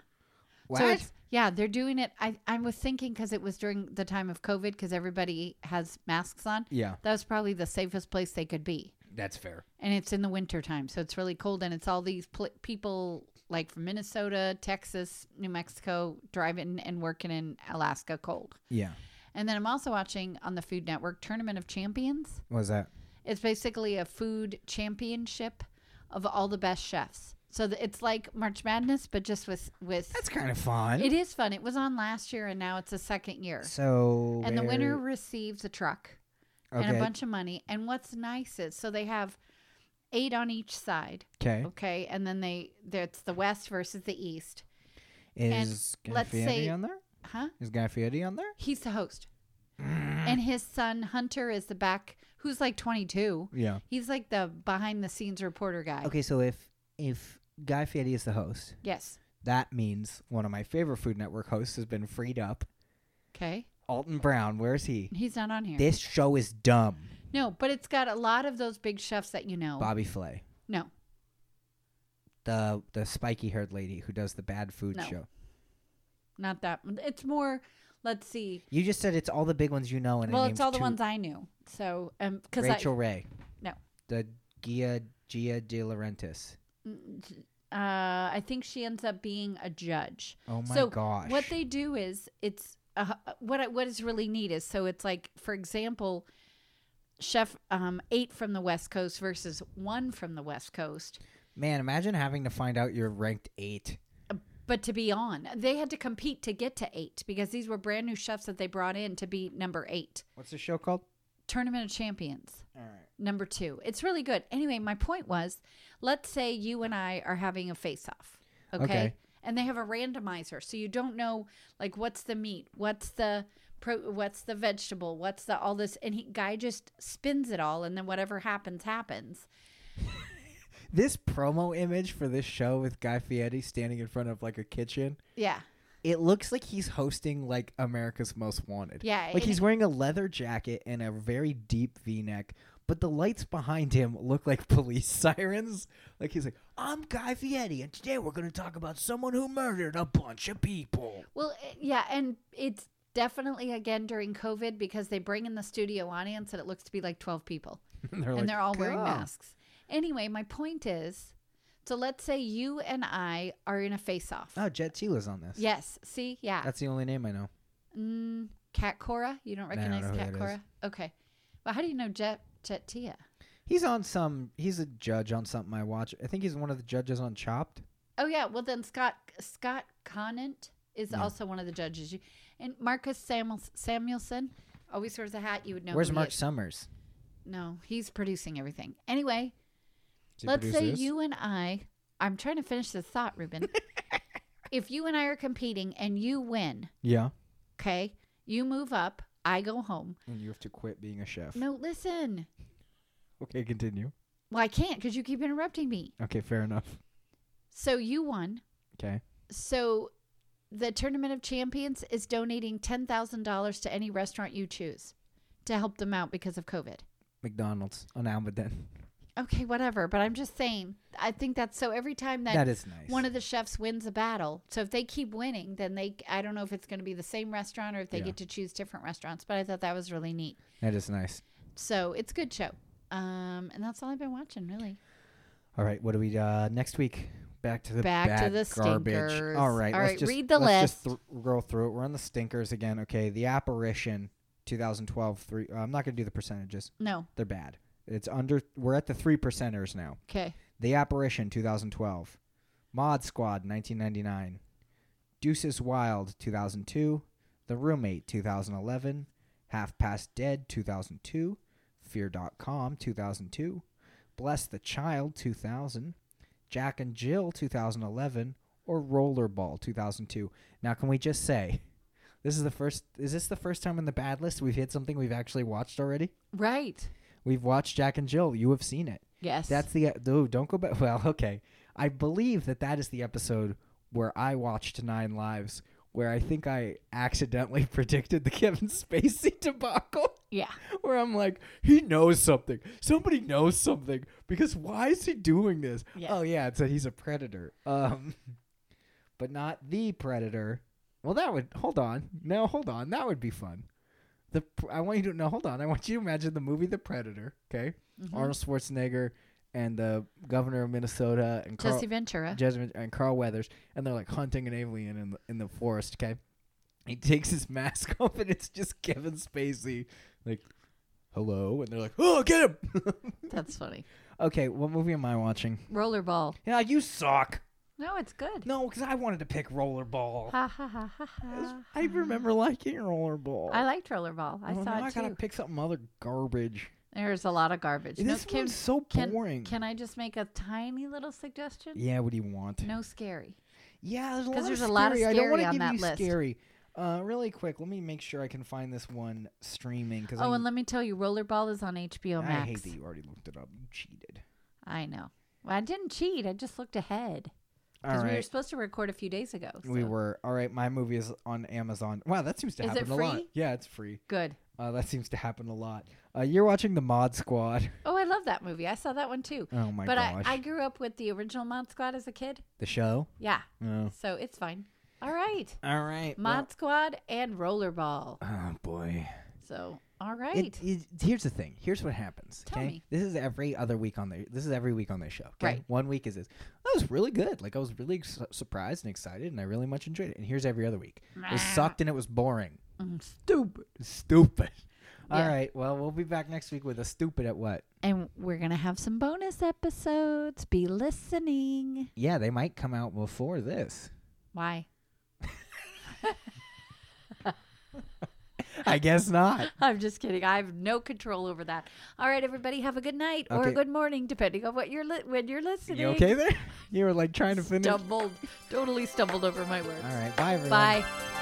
So it's, yeah, they're doing it. I, I was thinking because it was during the time of COVID because everybody has masks on. yeah, That was probably the safest place they could be. that's fair. And it's in the winter time, so it's really cold. And it's all these pl- people like from Minnesota, Texas, New Mexico driving and working in Alaska cold. Yeah. And then I'm also watching on the Food Network Tournament of Champions. What was that? It's basically a food championship of all the best chefs. So th- it's like March Madness, but just with with That's kind of fun. it is fun. It was on last year, and now it's the second year. So and the where- winner receives a truck okay. and a bunch of money. And what's nice is so they have eight on each side, Okay. okay, and then they that's the West versus the East, and Is let's say- Gaffieri on there? huh? Is Gaffieri on there? He's the host, Mm. and his son Hunter is the back, who's like 22. Yeah. He's like the behind the scenes reporter guy. Okay, so if if Guy Fieri is the host, Yes. that means one of my favorite Food Network hosts has been freed up. Okay. Alton Brown, where is he? He's not on here. This show is dumb. no, but it's got a lot of those big chefs that you know. Bobby Flay, No. the the spiky haired lady who does the bad food No. show. Not that. It's more. Let's see. You just said it's all the big ones you know, and it Well, names it's all the two- ones I knew. So, um, because I, Rachel Ray. No. The Gia Gia De Laurentiis. mm, uh, I think she ends up being a judge. Oh my so gosh. what they do is it's uh, what I- what is really neat is so it's like for example, chef um, eight from the West Coast versus one from the West Coast. Man, imagine having to find out you're ranked eight. But to be on, they had to compete to get to eight because these were brand new chefs that they brought in to be number eight. What's the show called? Tournament of Champions. All right. number two. It's really good. Anyway, my point was let's say you and I are having a face off. Okay? Okay. And they have a randomizer. So you don't know like what's the meat, what's the pro what's the vegetable, what's the all this and he guy just spins it all and then whatever happens happens. This promo image for this show with Guy Fieri standing in front of like a kitchen. Yeah. It looks like he's hosting like America's Most Wanted. Yeah. Like and- he's wearing a leather jacket and a very deep V-neck, but the lights behind him look like police [LAUGHS] sirens. Like he's like, "I'm Guy Fieri, and today we're going to talk about someone who murdered a bunch of people." [LAUGHS] Well, it- yeah, and it's definitely again during COVID because they bring in the studio audience and it looks to be like 12 people. and they're, and they're all wearing "God." masks. Anyway, my point is so let's say you and I are in a face off. Oh, Jet Tila's on this. Yes. See? Yeah. That's the only name I know. mm, Cat Cora? You don't I don't recognize know who Cat that is. Cora? Okay. Well, how do you know Jet Jet Tia? He's on some. He's a judge on something I watch. I think he's one of the judges on Chopped. Oh yeah, well then Scott Scott Conant is Yeah. also one of the judges. You and Marcus Samuel, Samuelson always wears a hat. You would know. Where's who he Mark is. Summers? No, he's producing everything. Anyway, Does he Let's produce say this? you and I, I'm trying to finish this thought, [LAUGHS] Ruben. if you and I are competing and you win, Yeah. okay, you move up, I go home. And you have to quit being a chef. No, listen. Okay, continue. Well, I can't because you keep interrupting me. Okay, fair enough. So you won. Okay. So the Tournament of Champions is donating $10,000 to any restaurant you choose to help them out because of COVID. McDonald's Oh, on Almaden. Okay, whatever. But I'm just saying, I think that's so every time [LAUGHS] that that is nice. one of the chefs wins a battle. So if they keep winning, then they I don't know if it's going to be the same restaurant or if they Yeah. get to choose different restaurants, but I thought that was really neat. that is nice. So it's a good show. Um and that's all I've been watching really. All right, what do we uh next week? Back to the Back to bad the garbage. stinkers. All right, All let's right, just, read the let's Just th- roll through it. We're on the stinkers again. Okay, the apparition, 2012. Three. I'm not gonna do the percentages. No. They're bad. It's under. We're at the three percenters now. Okay. The Apparition, 2012. Mod Squad, 1999. Deuces Wild, 2002. The Roommate, 2011. Half Past Dead, 2002. Fear.com 2002, Bless the Child 2000, Jack and Jill 2011, or Rollerball 2002. Now, can we just say this is the first? Is this the first time in the bad list we've hit something we've actually watched already? Right. We've watched Jack and Jill. You have seen it. Yes. That's the though. Don't go back. [LAUGHS] Well, okay. I believe that that is the episode where I watched Nine Lives, where I think I accidentally [LAUGHS] predicted the Kevin Spacey [LAUGHS] debacle. yeah. Where I'm like, he knows something. Somebody knows something because why is he doing this? Yeah. Oh yeah, it's that he's a predator. [LAUGHS] Um, but not the predator. Well, that would hold on. No, hold on. That would be fun. The pr- I want you to no, hold on. I want you to imagine the movie The Predator. Okay. Mhm. Arnold Schwarzenegger and the governor of Minnesota and Carl, Jesse Ventura. Jesmond- and Carl Weathers, and they're like hunting an alien in the, in the forest. Okay, he takes his mask [LAUGHS] off, and it's just Kevin Spacey. Like, hello, and they're like, oh, get him. [LAUGHS] That's funny. okay, what movie am I watching? Rollerball. Yeah, you suck. No, it's good. No, because I wanted to pick Rollerball. Ha ha ha ha ha. I remember liking Rollerball. I liked Rollerball. I Well, saw now Oh, I it gotta too. pick something other garbage. There's a lot of garbage. No, this can, one's so can- boring. can I just make a tiny little suggestion? yeah, what do you want? No scary. Yeah, there's a lot, 'Cause there's of, a lot of scary. I don't want scary to on give that you list. scary. Uh, really quick, let me make sure I can find this one streaming because Oh, and let me tell you, Rollerball is on HBO I Max. hate that you already looked it up. You cheated. I know. Well, I didn't cheat. I just looked ahead All because we were right, supposed to record a few days ago. we were, so- All right, my movie is on Amazon. Wow, that seems to Is it happen a lot. free? Yeah, it's free. good. Uh, that seems to happen a lot. Uh, you're watching the Mod Squad. [LAUGHS] Oh, I love that movie. I saw that one too. Oh my but I, gosh, I grew up with the original Mod Squad as a kid. the show. Yeah, Oh. so it's fine. All right, All right, Mod Squad and Rollerball. well- oh boy. So all right, It, it- here's the thing. Here's what happens. Tell okay? me. This is every other week on the. This is every week on the show. Okay? Right. One week is this. That was really good. Like I was really su- surprised and excited, and I really much enjoyed it. And here's every other week. It sucked and it was boring. Mm, stupid. Stupid. [LAUGHS] All Yeah. right. Well, we'll be back next week with a stupid at what? And we're gonna have some bonus episodes. Be listening. Yeah, they might come out before this. Why? I guess [LAUGHS] not. I'm just kidding. I have no control over that. All right, everybody, have a good night or Okay. a good morning, depending on what you're li- when you're [LAUGHS] listening. You okay there? You were like trying to finish. Stumbled, totally stumbled over my words. All right. Bye everyone. Bye.